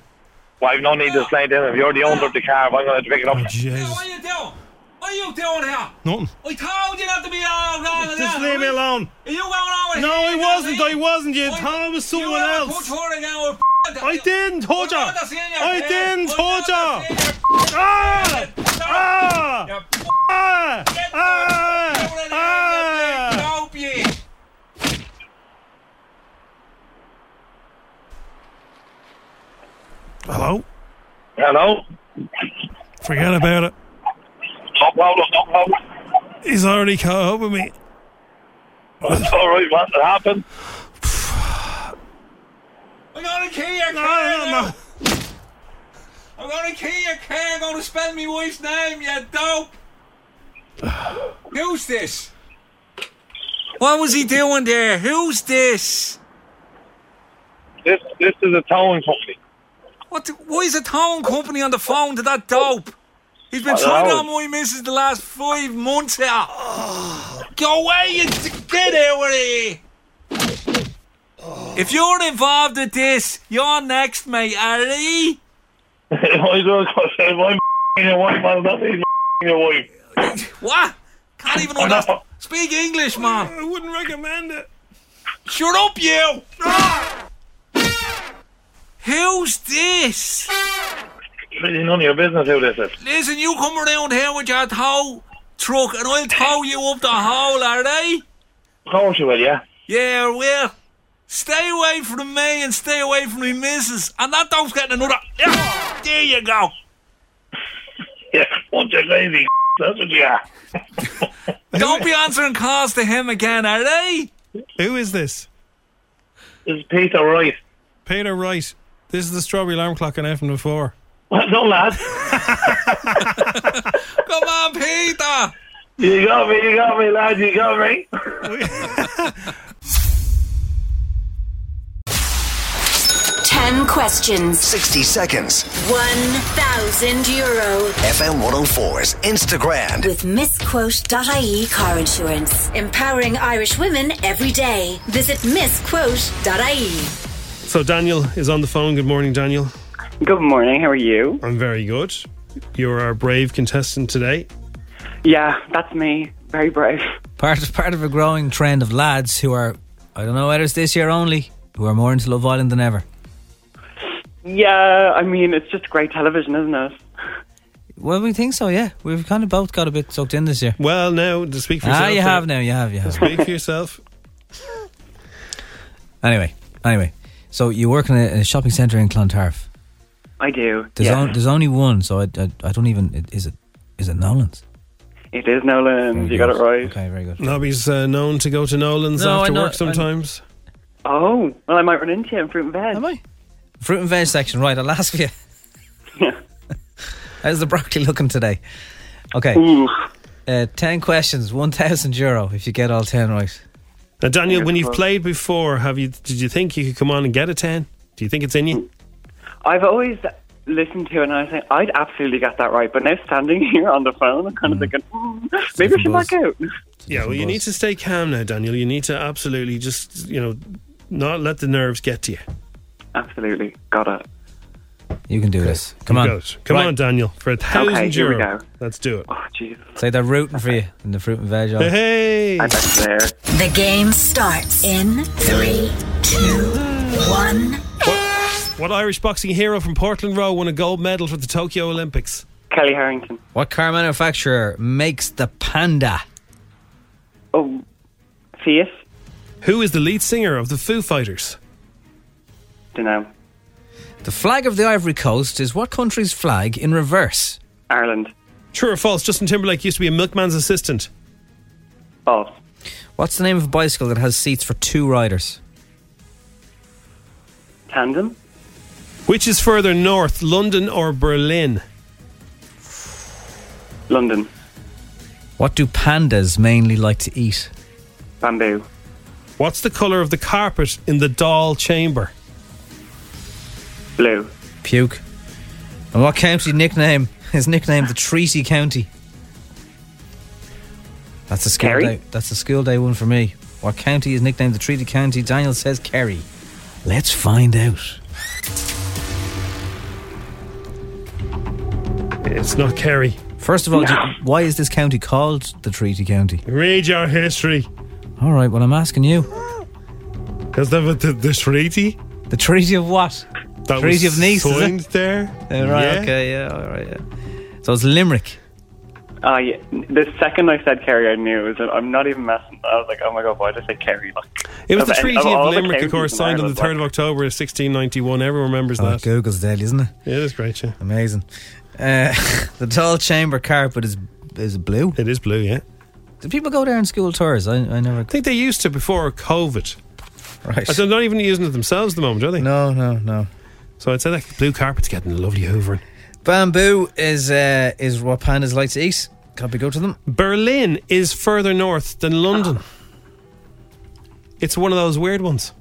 J: Well, I've no need to slide in. If you're the owner of the car, I'm going to pick it up.
B: Oh, Jesus,
L: What are you doing? What are you doing here?
B: nothing.
L: I told you not to be all around
B: Just leave me alone.
L: Are you going over
B: No,
L: here?
B: I wasn't. I wasn't. You
L: I-
B: thought it was
L: you
B: someone
L: ever
B: else.
L: put her in our
B: I didn't, Hodja. I didn't, Hodja.
L: Ah!
B: Ah! Ah!
L: Ah! Ah!
B: Hello.
J: Hello?
B: Forget about it.
J: No problem, no problem.
B: He's already caught up with me.
J: It's all right, man. It happened.
L: I'm gonna kill your car now. I'm gonna kill your car. I'm gonna spell my wife's name, you dope. Who's this? What was he doing there? Who's this?
J: This this is a towing company.
L: What? The, why is a town company on the phone to that dope? He's been
J: I
L: trying
J: know.
L: on my missus the last five months here. Go away, you d- get out of here. If you're involved with this, you're next, mate, Harry.
J: I don't say my your wife, man. Not even your wife.
L: What? Can't
J: Oh,
L: even understand. Speak English, man. I wouldn't recommend it. Ah. Shut up, you! Who's this?
J: Really none of your business who this is.
L: Listen, you come around here with your tow truck and I'll tow you up the hole, alright?
J: Of course you will, yeah.
L: Yeah, well, stay away from me and stay away from me missus. And that dog's getting another. Yeah, there you go.
J: Yeah, bunch of lazy. That's what you are.
L: Don't be answering calls to him again, alright?
B: Who is this?
J: This is Peter Wright.
B: Peter Wright. This is the strawberry alarm clock on FM4.
J: What? No, lad.
L: Come on, Peter.
J: You got me. You got me, lad. You got me.
M: Ten questions.
A: 60 seconds.
M: 1,000 euro.
A: FM 104's Instagram.
M: With misquote.ie car insurance. Empowering Irish women every day. Visit misquote.ie.
B: So Daniel is on the phone. Good morning, Daniel.
N: Good morning. How are you?
B: I'm very good. You're our brave contestant today.
N: Yeah, that's me. Very brave.
C: Part of part of a growing trend of lads who are, I don't know whether it's this year only, who are more into Love Island than ever.
N: Yeah, I mean, it's just great television, isn't it?
C: Well, we think so, yeah. We've kind of both got a bit sucked in this year.
B: Well, now, to speak for
C: Ah,
B: yourself
C: you
B: there.
C: have now, you have, you have.
B: Speak for yourself.
C: Anyway, anyway. So you work in a, a shopping centre in Clontarf.
N: I do.
C: There's,
N: yeah.
C: on- there's only one, so I, I, I don't even. it- Is it is it Nolan's?
N: It is Nolan's. You got it right.
C: Okay, very good.
B: Nobby's uh, known to go to Nolan's
N: No, I
B: after
N: know-
B: work sometimes.
N: Oh, well, I might run into you in Fruit and Veg. Am
C: I? Fruit and veg section, right? I'll ask you. How's the broccoli looking today? Okay. Uh, 10 questions, 1,000 euro if you get all 10 right.
B: Now, Daniel, when you've played before, have you? Did you think you could come on and get a ten? Do you think it's in
N: Mm.
B: you?
N: I've always listened to it and I think I'd absolutely get that right, but now standing here on the phone, I'm kind of
C: Mm.
N: thinking, "Hmm, maybe I should back out.
B: Yeah. Well, you need to stay calm now, Daniel. You need to absolutely just you know not let the nerves get to you.
N: Absolutely, got it.
C: You can do this. Come
B: You
C: on.
B: go it. Come
C: Right.
B: on, Daniel, for a thousand
N: Okay, here we
B: euro.
N: go.
B: Let's do it. Oh,
N: jeez.
C: Say they're rooting for you in the fruit and veg. aisle.
B: Hey!
M: The game starts in three, two, one.
B: What Irish boxing hero from Portland Row won a gold medal for the Tokyo Olympics?
N: Kelly Harrington.
C: What car manufacturer makes the Panda?
N: Oh, Fiat.
B: Who is the lead singer of the Foo Fighters?
N: Dunno.
C: The flag of the Ivory Coast is what country's flag in reverse?
N: Ireland.
B: True or false? Justin Timberlake used to be a milkman's assistant.
N: False.
C: What's the name of a bicycle that has seats for two riders?
N: Tandem.
B: Which is further north, London or Berlin?
N: London.
C: What do pandas mainly like to eat?
N: Bamboo.
B: What's the colour of the carpet in the doll chamber?
N: Blue.
C: Puke. And what county nickname is nicknamed the Treaty County? That's a school
N: Kerry?
C: day. That's a school day one for me. What county is nicknamed the Treaty County? Daniel says Kerry. Let's find out.
B: It's not Kerry.
C: First of all, do you- why is this county called the Treaty County?
B: Read your history.
C: All right, well, I'm asking you.
B: Because the, the, the treaty?
C: The treaty of what?
B: That
C: treaty
B: was
C: of Nice. is it?
B: signed there.
C: Yeah, right,
B: Yeah.
C: okay, yeah, all right, yeah. So it's Limerick.
N: Ah, yeah. The second I said Kerry, I knew. It was, I'm not even messing. I was like, oh my god, why did I say Kerry? Like,
B: It was the
N: any-
B: Treaty of
N: all the
B: Limerick,
N: counties
B: of course,
N: in
B: signed on the
N: Ireland,
B: 3rd of October 1691. Everyone remembers
C: Oh,
B: that.
C: Google's dead, isn't it?
B: Yeah, that's great, yeah.
C: Amazing. Uh, the tall chamber carpet is is blue.
B: It is blue, yeah.
C: Did people go there on school tours? I, I never.
B: I think they used to before COVID.
C: Right.
B: And They're not even using it themselves at the moment, are they?
C: No, no, no.
B: So I'd say that blue carpet's getting lovely hoovering.
C: Bamboo is uh, is what pandas like to eat. Can't we go to them?
B: Berlin is further north than London. It's one of those weird ones.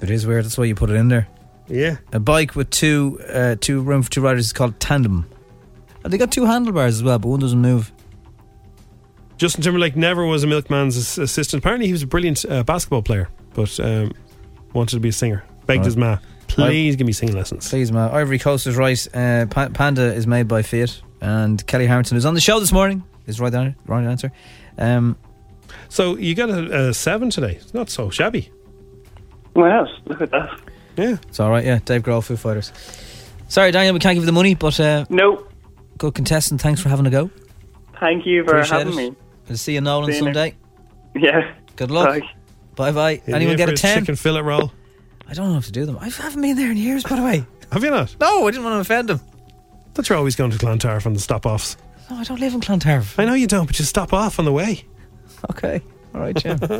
C: It is weird. That's why you put it in there.
B: Yeah.
C: A bike with two uh, two room for two riders is called tandem. And they got two handlebars as well, but one doesn't move.
B: Justin Timberlake never was a milkman's ass- assistant. Apparently, he was a brilliant uh, basketball player, but um, wanted to be a singer. Begged
C: Right.
B: his ma, please give me singing lessons.
C: Please, man. Ivory Coast is right. Uh, pa- Panda is made by Fiat, and Kelly Harrington is on the show this morning. Is right there, right answer. Um,
B: So you got a, a seven today. It's not so shabby.
N: Well, look at that.
B: Yeah.
C: it's all right. Yeah, Dave Grohl, Foo Fighters. Sorry, Daniel, we can't give you the money, but uh,
N: no.
C: Good contestant. Thanks for having a go.
N: Thank you for
C: Appreciate
N: having
C: it.
N: me.
C: We'll see you, Nolan,
N: See you next-
C: someday.
N: Yeah.
C: Good luck.
N: Bye.
C: Bye bye.
B: In
C: Anyone
B: here
C: get
B: for
C: a
B: his
C: 10?
B: Chicken fillet roll.
C: I don't know if to do them. I haven't been there in years, by the way.
B: Have you not?
C: No, I didn't want to offend them.
B: That you're always going to Clontarf on the stop offs.
C: No, I don't live in Clontarf.
B: I know you don't, but you stop off on the way.
C: Okay. All right, Jim.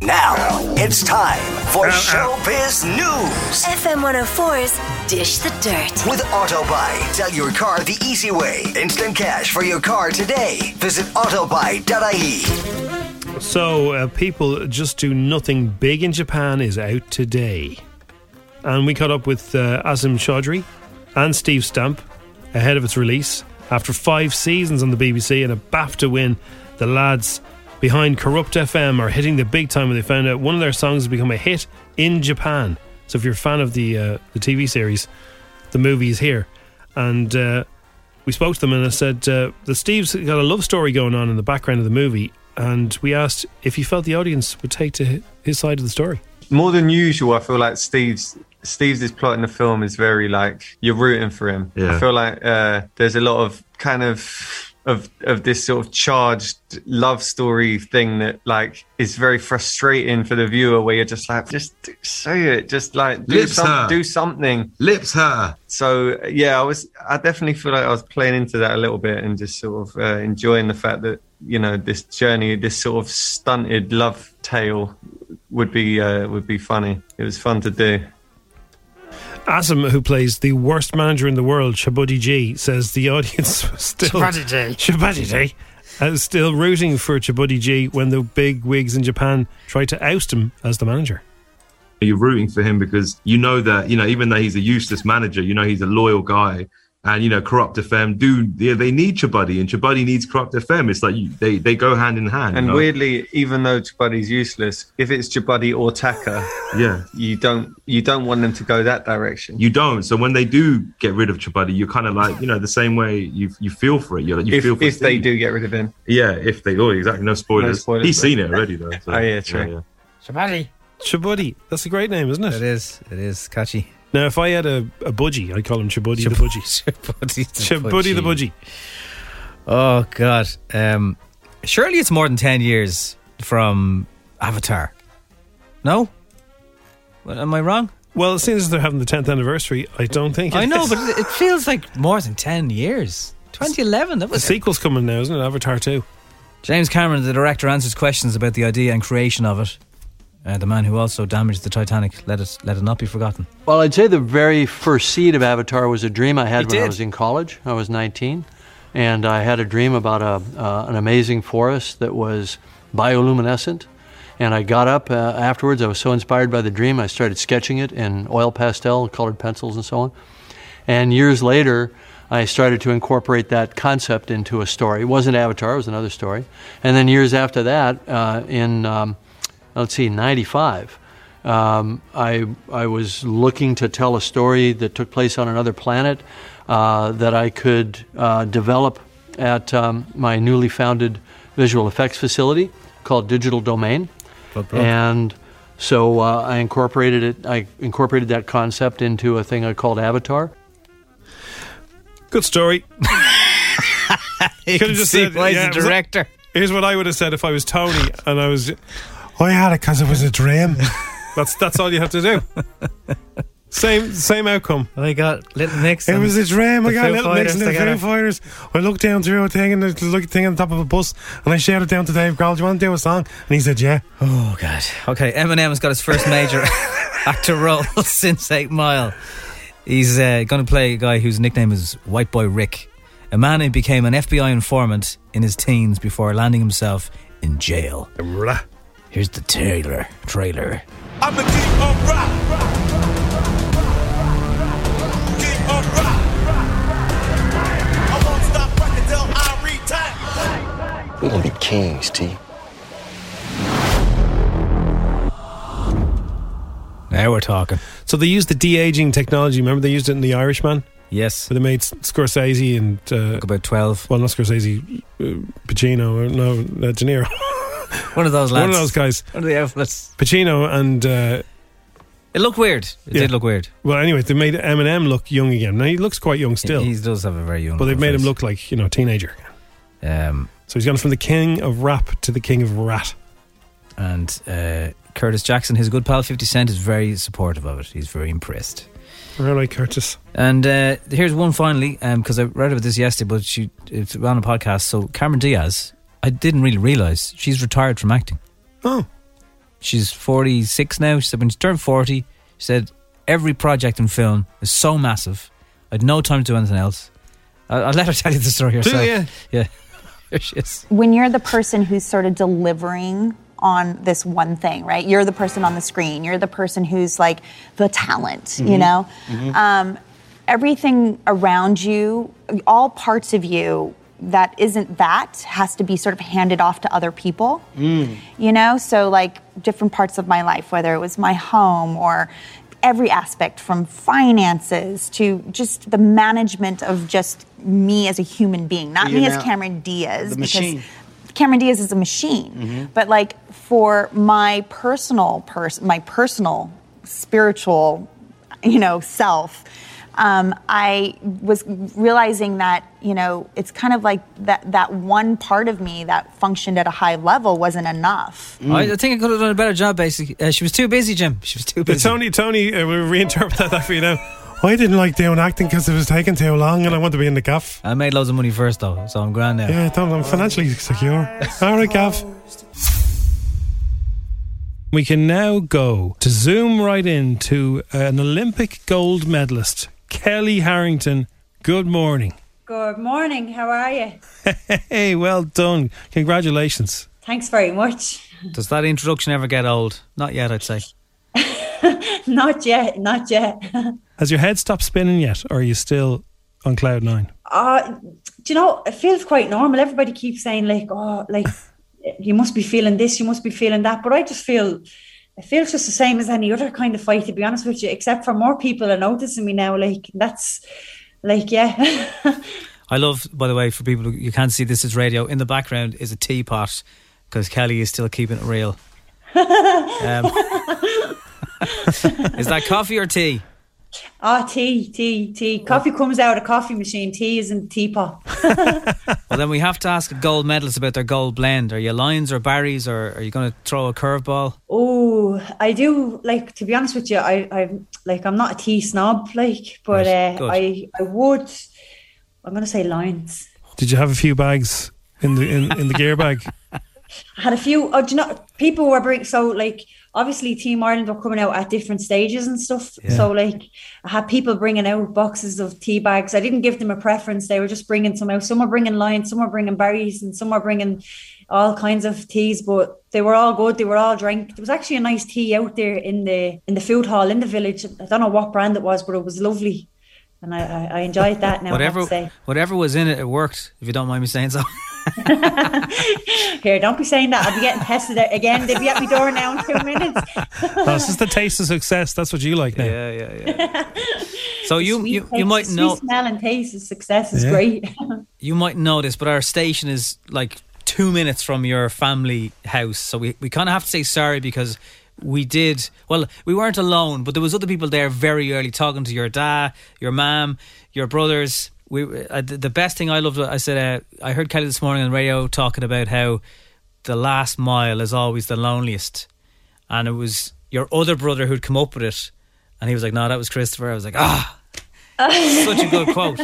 A: Now it's time
B: Uh,
A: for Showbiz News
M: FM 104's Dish the Dirt.
A: with Autobuy. Sell your car the easy way. Instant cash for your car today. Visit autobuy.ie.
B: So, uh, people just do nothing big in Japan is out today. And we caught up with uh, Asim Chaudhry and Steve Stamp ahead of its release. After five seasons on the BBC and a BAFTA win, the lads behind Corrupt FM are hitting the big time when they found out one of their songs has become a hit in Japan. So, if you're a fan of the, uh, the TV series, the movie is here. And uh, we spoke to them and I said, uh, the Steve's got a love story going on in the background of the movie. And we asked if he felt the audience would take to hi- his side of the story.
O: More than usual, I feel like Steve's Steve's plot in the film is very like you're rooting for him.
P: Yeah.
O: I feel like uh, there's a lot of kind of of of this sort of charged love story thing that like is very frustrating for the viewer, where you're just like, just say it, just like do,
P: Lips her.
O: do something,
P: lips her.
O: So yeah, I was I definitely feel like I was playing into that a little bit and just sort of uh, enjoying the fact that you know this journey, this sort of stunted love tale would be uh, would be funny. It was fun to do.
B: Asim, who plays the worst manager in the world, Shabuddy G, says the audience was still
J: Shabuddy G.
B: Shabuddy G. uh, still rooting for Chabuddy G when the big wigs in Japan tried to oust him as the manager.
P: You're rooting for him because you know that you know even though he's a useless manager, you know he's a loyal guy. And you know, corrupt FM do yeah, they need Chabuddy and Chabuddy needs corrupt FM. It's like you, they they go hand in hand.
O: And
P: you know?
O: weirdly, even though Jabuddy's useless, if it's Jabuddy or Taka,
P: yeah,
O: you don't you don't want them to go that direction.
P: You don't. So when they do get rid of Chabuddy, you're kind of like you know the same way you you feel for it. You're like, you
O: if
P: feel for
O: if they
P: Steve.
O: do get rid of him,
P: Yeah, if they. Oh, exactly. No spoilers.
O: No spoilers,
P: He's
O: but-
P: seen it already, though.
O: Oh, yeah, true.
J: Shabadi.
B: Chabuddy. That's a great name, isn't it? It
C: is. It is catchy.
B: Now, if I had a, a budgie, I'd call him Chabuddy the Budgie.
C: Chabuddy
B: Chabuddy the Budgie.
C: Oh God! Um, surely it's more than ten years from Avatar. No, Well, am I wrong?
B: Well, seeing as they're having the tenth anniversary, I don't think it
C: I know,
B: is.
C: but it it feels like more than ten years. 2011. That
B: the
C: was
B: sequel's coming now, isn't it? Avatar two.
C: James Cameron, the director, answers questions about the idea and creation of it. Uh, the man who also damaged the Titanic. Let it let it not be forgotten.
Q: Well, I'd say the very first seed of Avatar was a dream I had
C: You
Q: when I
C: did?
Q: was in college. I was 19, and I had a dream about a, uh, an amazing forest that was bioluminescent. And I got up uh, afterwards. I was so inspired by the dream, I started sketching it in oil pastel, colored pencils, and so on. And years later, I started to incorporate that concept into a story. It wasn't Avatar, it was another story. And then years after that, uh, in, um, let's see, 95, um, I, I was looking to tell a story that took place on another planet uh, that I could uh, develop at um, my newly founded visual effects facility called Digital Domain.
C: Plug, plug.
Q: And so uh, I incorporated it. I incorporated that concept into a thing I called Avatar.
B: Good story.
Q: You
B: Could've
Q: can see why he's
B: it
Q: the
B: was-
Q: director."
B: here's what I would have said if I was Tony and I was. I had it Oh, because it was a dream. that's that's all you have to do. Same same outcome.
C: I got little Nick's.
B: It was a dream. I
C: the
B: got
C: Foo
B: little mix
C: Fighters
B: and the
C: together.
B: Foo Fighters. I looked down through a thing and there's a little thing on top of a bus, and I shouted down to Dave Grohl, "Do you want to do a song?" And he said, "Yeah."
C: Oh God. Okay, Eminem has got his first major actor role since Eight Mile. He's uh, going to play a guy whose nickname is White Boy Rick, a man who became an FBI informant in his teens before landing himself in jail. Here's the trailer. Trailer.
A: I'm the king of rock. King of rock. I won't stop rocking till I retire.
F: We can be kings, T.
C: Now we're talking.
B: So they used the de aging technology. Remember they used it in The Irishman.
C: Yes,
B: where they made S- Scorsese and uh,
C: about twelve.
B: Well, not Scorsese, uh, Pacino. uh, No, uh, De Niro.
C: One of those lads.
B: One of those guys.
C: One of the outlets.
B: Pacino and. Uh,
C: it looked weird. It did look weird.
B: Well, anyway, they made Eminem look young again. Now he looks quite young still,
C: He does have a very young.
B: but they've
C: little
B: made him
C: face.
B: look like you know a teenager.
C: Um,
B: so he's gone from the king of rap to the king of rat.
C: And uh, Curtis Jackson, his good pal Fifty Cent, is very supportive of it. He's very impressed.
B: Right, Curtis.
C: And uh, here's one finally, because I read about this yesterday, but she it's on a podcast. So Cameron Diaz, I didn't really realize she's retired from acting.
B: Oh,
C: she's 46 now. She said when she turned 40, she said every project in film is so massive, I had no time to do anything else. I- I'll let her tell you the story
R: Do
C: herself.
R: ya?
C: yeah, here she is.
R: when you're the person who's sort of delivering on this one thing, right? You're the person on the screen. You're the person who's like the talent, you
M: Mhm.
R: know?
M: Mhm.
R: Um, everything around you, all parts of you that isn't that has to be sort of handed off to other people you know so like different parts of my life whether it was my home or every aspect from finances to just the management of just me as a human being not
M: You're
R: me as
M: now
R: cameron diaz
M: the
R: because
M: machine. Mm-hmm.
R: cameron diaz is a machine but like for my personal person my personal spiritual you know, self. Um, I was realizing that you know it's kind of like that that one part of me that functioned at a high level wasn't enough.
S: Mm.
C: I, I think I could have done a better job. Basically, uh, she was too busy, Jim. She was too
S: But
C: busy.
S: Tony, Tony, uh, we reinterpret that, that for you now. I didn't like doing acting because it was taking too long, and I want to be in the gaff.
C: I made loads of money first, though, so I'm grand now.
S: Yeah, Tom, I'm financially secure. All right, Gav. We can now go to zoom right in to an Olympic gold medalist, Kelly Harrington. Good morning.
T: Good morning. How are you?
S: Hey, well done. Congratulations.
T: Thanks very much.
C: Does that introduction ever get old? Not yet, I'd say.
T: Not yet. Not yet.
S: Has your head stopped spinning yet, or are you still on cloud nine?
T: Uh, do you know? It feels quite normal. Everybody keeps saying like, "Oh, like you must be feeling this, you must be feeling that," but I just feel it feels just the same as any other kind of fight. To be honest with you, except for more people are noticing me now. Like that's like yeah.
C: I love, by the way, for people who you can't see this is radio. In the background is a teapot because Kelly is still keeping it real. Um, is that coffee or tea?
T: Ah, tea, tea, tea. Coffee comes out of coffee machine. Tea is in the teapot.
C: Well, then we have to ask a gold medalist about their gold blend. Are you Lions or Barry's, or are you going to throw a curveball?
T: Oh, I do like to be honest with you. I, I'm like I'm not a tea snob, like, but
S: Right,
T: uh,
S: good.
T: I I would. I'm gonna say lions.
S: Did you have a few bags in the in, in the gear bag?
T: I had a few. Oh, do you know people were bringing? So like obviously Team Ireland were coming out at different stages and stuff.
S: Yeah.
T: So like I had people bringing out boxes of tea bags. I didn't give them a preference. They were just bringing some out. Some were bringing lions, some were bringing berries, and some were bringing all kinds of teas. But they were all good. They were all drank. There was actually a nice tea out there in the in the food hall in the village. I don't know what brand it was, but it was lovely, and I I, I enjoyed that. Now I have to
C: whatever,
T: say.
C: whatever was in it, it worked. If you don't mind me saying so.
T: Here, don't be saying that. I'll be getting tested out again. They'll be at my door now in two minutes.
S: Oh, it's just the taste of success. That's what you like now.
C: Yeah, yeah, yeah. So you you,
T: Like,
C: you might
T: sweet
C: know
T: smell and taste of success is
C: Yeah.
T: great.
C: you might know this, but our station is like two minutes from your family house, so we, we kind of have to say sorry because we did well. We weren't alone, but there was other people there very early talking to your dad, your mom, your brothers. We uh, the the best thing I loved. I said uh, I heard Kelly this morning on the radio talking about how the last mile is always the loneliest, and it was your other brother who'd come up with it, and he was like, "No, that was Christopher." I was like, "Ah, such a good quote."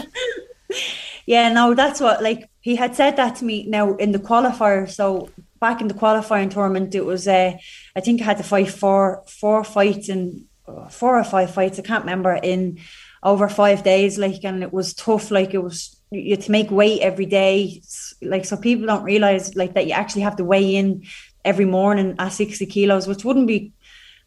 T: yeah, no, that's what like he had said that to me now in the qualifier. So back in the qualifying tournament, it was uh, I think I had to fight four four fights in four or five fights. I can't remember in over five days. Like, and it was tough. Like it was you had to make weight every day. s- Like so, people don't realize like that you actually have to weigh in every morning at sixty kilos, which wouldn't be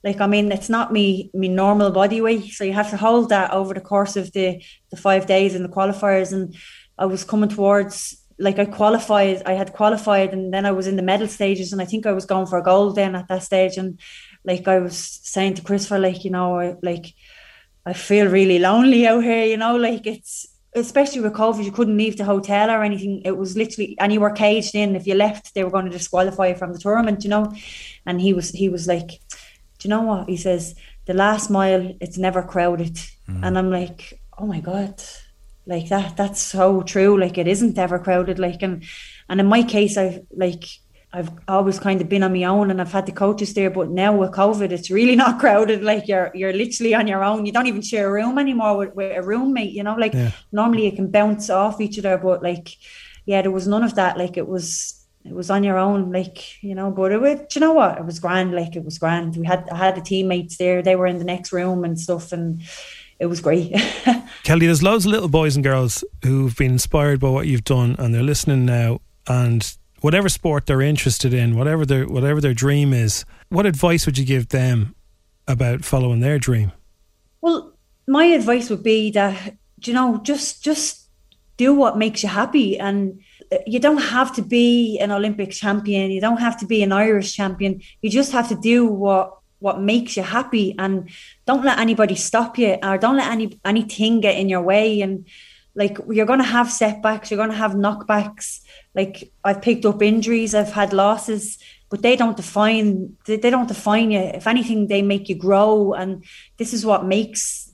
T: like I mean, it's not me me normal body weight, so you have to hold that over the course of the the five days and the qualifiers. And I was coming towards like I qualified, I had qualified, and then I was in the medal stages, and I think I was going for a gold then at that stage. And like I was saying to Christopher, like you know, I, like I feel really lonely out here, you know, like it's especially with COVID, you couldn't leave the hotel or anything. It was literally and you were caged in. If you left, they were going to disqualify you from the tournament, you know. And he was he was like, Do you know what? He says, The last mile, it's never crowded. And I'm like, Oh my God. Like that that's so true. Like it isn't ever crowded. Like and and in my case I've like I've always kind of been on my own and I've had the coaches there, but now with COVID, it's really not crowded. Like you're you're literally on your own. You don't even share a room anymore with, with a roommate, you know. Like
F: Yeah.
T: normally you can bounce off each other, but like yeah, there was none of that. Like it was it was on your own, like, you know, but it was, do you know what? It was grand, like it was grand. We had I had the teammates there, they were in the next room and stuff, and it was great.
S: Kelly, there's loads of little boys and girls who've been inspired by what you've done, and they're listening now. And whatever sport they're interested in, whatever their whatever their dream is, what advice would you give them about following their dream?
T: Well, my advice would be that you know just just do what makes you happy, and uh, you don't have to be an Olympic champion. You don't have to be an Irish champion. You just have to do what what makes you happy, and don't let anybody stop you, or don't let any anything get in your way, and like you're going to have setbacks you're going to have knockbacks like i've picked up injuries i've had losses but they don't define they, they don't define you if anything they make you grow and this is what makes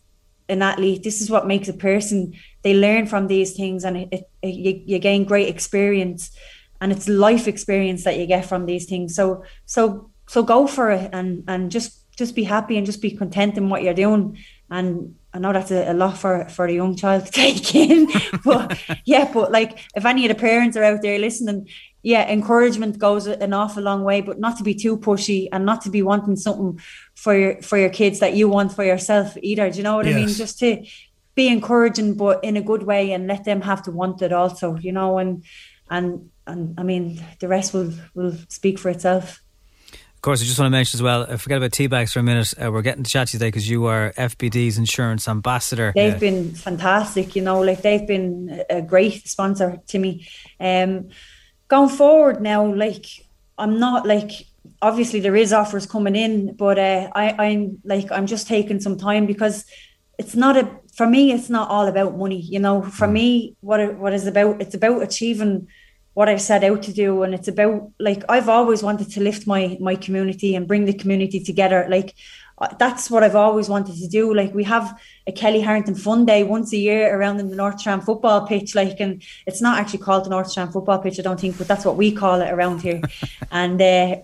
T: an athlete. This is what makes a person. They learn from these things, and it, it, it- you, you gain great experience, and it's life experience that you get from these things. So so so go for it, and and just just be happy and just be content in what you're doing. And I know that's a, a lot for for a young child to take in, but yeah, but like if any of the parents are out there listening. Yeah, encouragement goes an awful long way, but not to be too pushy and not to be wanting something for your for your kids that you want for yourself either. Do you know what I mean?
F: Yes.
T: Just to be encouraging, but in a good way, and let them have to want it also. You know, and and and I mean, the rest will will speak for itself.
C: Of course, I just want to mention as well. uh, Forget about tea bags for a minute. Uh, we're getting to chat to you today because you are FBD's insurance ambassador.
T: They've been fantastic, you know, like they've been a a great sponsor to me. Um, going forward now, like I'm not like obviously there is offers coming in, but uh, I, I'm like I'm just taking some time because it's not a for me it's not all about money, you know. For me, what it, what is about it's about achieving what I set out to do, and it's about like I've always wanted to lift my my community and bring the community together, like uh, that's what I've always wanted to do. Like we have a Kelly Harrington Fun Day once a year around in the North Tram football pitch. Like, and it's not actually called the North Tram football pitch, I don't think, but that's what we call it around here. and uh,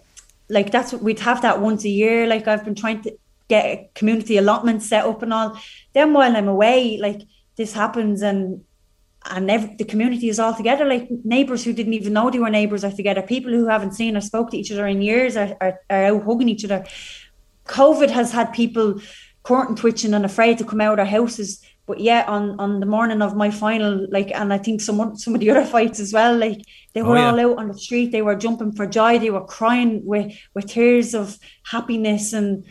T: like that's what we'd have that once a year. Like I've been trying to get a community allotment set up and all. Then while I'm away, like this happens and and ev- the community is all together. Like neighbors who didn't even know they were neighbors are together. People who haven't seen or spoke to each other in years are, are, are out hugging each other. COVID has had people curtain twitching and afraid to come out of their houses. But yeah, on, on the morning of my final, like, and I think some some of the other fights as well, like they
G: Oh,
T: were
G: yeah.
T: all out on the street, they were jumping for joy, they were crying with with tears of happiness, and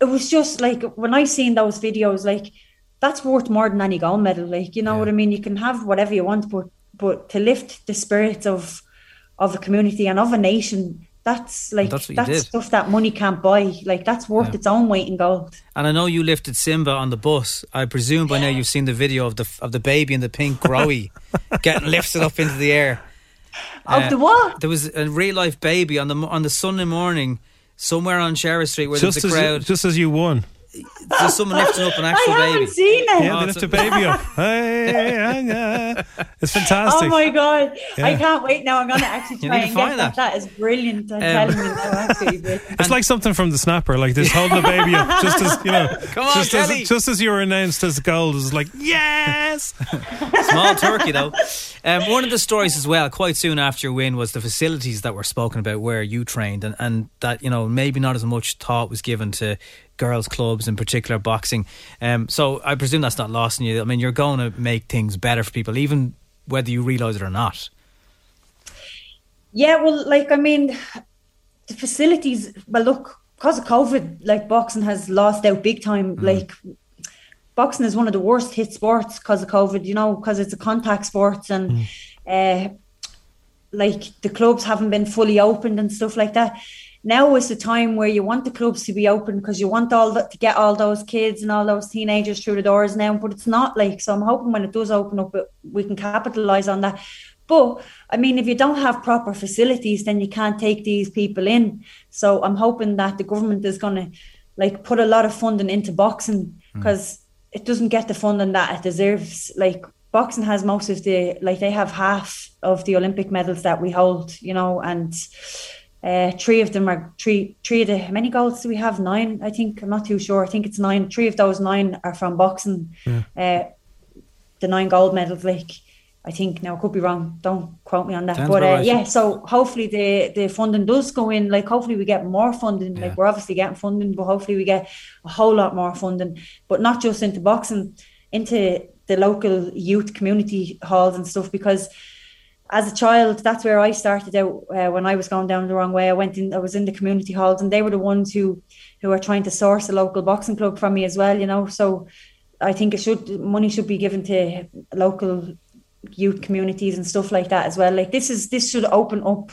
T: it was just like when I seen those videos, like that's worth more than any gold medal. Like you know what I mean? You can have whatever you want, but but to lift the spirit of of a community and of a nation, that's like
C: that's what you did.
T: stuff that money can't buy. Like that's worth
C: Yeah.
T: its own weight in gold.
C: And I know you lifted Simba on the bus. I presume by now you've seen the video of the of the baby in the pink growy getting lifted up into the air. Uh,
T: Of the what?
C: There was a real life baby on the mo- on the Sunday morning somewhere on Sherry Street where
B: just
C: there was a
B: as
C: crowd.
B: just as you won.
C: There's someone lifting up an actual
T: I
C: baby.
T: haven't seen it.
B: Yeah, they lift a baby up. Hey, hang on. it's fantastic.
T: Oh my god! I
B: Yeah.
T: can't wait. Now I'm gonna actually
B: You
T: try
B: need to
T: and get
B: find
T: that. That is brilliant. I'm
B: Um,
T: telling you, now, absolutely brilliant.
B: It's like something from the snapper, like this holding the baby up, just as you know,
T: Come on,
B: just, as,
T: Kelly.
B: just as you were announced as gold, it was like yes.
C: Small turkey, though. Um, one of the stories as well, quite soon after your win, was the facilities that were spoken about where you trained, and, and that you know maybe not as much thought was given to girls' clubs, in particular boxing. Um, so I presume that's not lost on you. I mean, you're going to make things better for people, even whether you realise it or not.
T: Yeah, well, like I mean, the facilities. Well, look, because of COVID, like boxing has lost out big time. Like boxing is one of the worst hit sports because of COVID. You know, because it's a contact sport and uh, like the clubs haven't been fully opened and stuff like that. Now is the time where you want the clubs to be open because you want all the, to get all those kids and all those teenagers through the doors now, but it's not like so. I'm hoping when it does open up, it, we can capitalize on that. But I mean, if you don't have proper facilities, then you can't take these people in. So I'm hoping that the government is going to like put a lot of funding into boxing because it doesn't get the funding that it deserves. Like boxing has most of the like they have half of the Olympic medals that we hold, you know, and uh, three of them are three three of the how many golds do we have? Nine, I think. I'm not too sure. I think it's nine. Three of those nine are from boxing. Uh, the nine gold medals, like I think now I could be wrong. Don't quote me on that.
U: Sounds
T: but
U: about
T: uh,
U: right.
T: yeah, so hopefully the the funding does go in. Like hopefully we get more funding. Like we're obviously getting funding, but hopefully we get a whole lot more funding. But not just into boxing, into the local youth community halls and stuff because as a child, that's where I started out uh, when I was going down the wrong way. I went in, I was in the community halls, and they were the ones who who were trying to source a local boxing club from me as well. You know, so I think it should money should be given to local youth communities and stuff like that as well. Like this is this should open up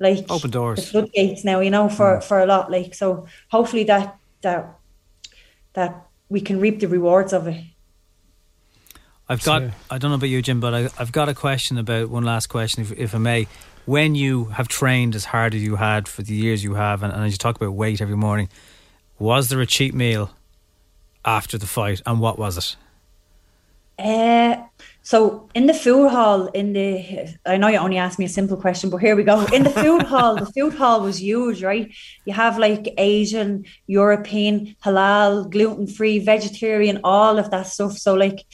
T: like
C: Open doors. Mm.
T: the floodgates now. You know, for for a lot. Like so, hopefully that that that we can reap the rewards of it.
C: I've got. I don't know about you, Jim, but I, I've got a question about one last question, if, if I may. When you have trained as hard as you had for the years you have, and, and as you talk about weight every morning, was there a cheat meal after the fight, and what was it?
T: Uh, so in the food hall, in the I know you only asked me a simple question, but here we go. In the food hall, the food hall was huge, right? You have like Asian, European, halal, gluten free, vegetarian, all of that stuff. So like,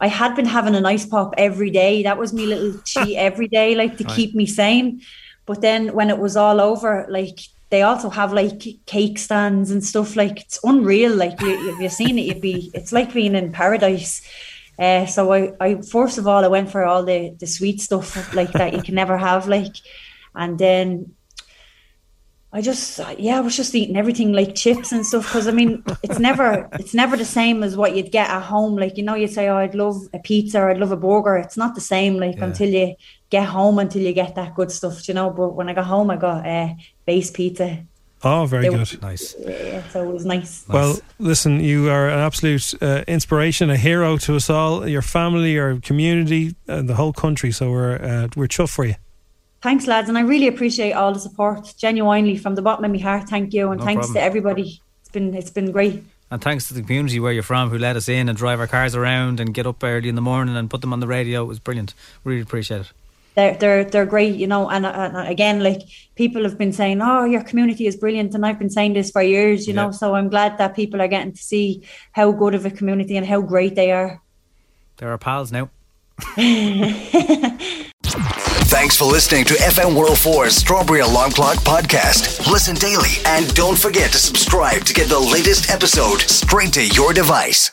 T: I had been having an ice pop every day. That was me little cheat every day, like to
R: Right.
T: keep me sane. But then when it was all over, like they also have like cake stands and stuff. Like it's unreal. Like you, if you've seen it, you'd be. It's like being in paradise. Uh, so I, I first of all I went for all the the sweet stuff like that you can never have like, and then I just yeah I was just eating everything like chips and stuff because I mean it's never it's never the same as what you'd get at home like you know you'd say oh I'd love a pizza or I'd love a burger it's not the same like
R: Yeah.
T: until you get home until you get that good stuff you know but when I got home I got uh, base pizza
B: Oh, very
T: They were-
B: good.
C: Nice.
T: yeah, so it was nice
B: Well, listen, you are an absolute uh, inspiration, a hero to us all, your family, your community, and the whole country. So we're uh, we're chuffed for you.
T: Thanks, lads, and I really appreciate all the support. Genuinely, from the bottom of my heart, thank you, and
C: No
T: thanks
C: problem.
T: to everybody. It's been it's been great.
C: And thanks to the community where you're from who let us in and drive our cars around and get up early in the morning and put them on the radio. It was brilliant. Really appreciate it.
T: They're they're they're great, you know. And, and again, like people have been saying, "Oh, your community is brilliant," and I've been saying this for years, you know.
C: Yeah.
T: So I'm glad that people are getting to see how good of a community and how great they are.
C: They're our pals now.
A: Thanks for listening to FM World 4's Strawberry Alarm Clock podcast. Listen daily and don't forget to subscribe to get the latest episode straight to your device.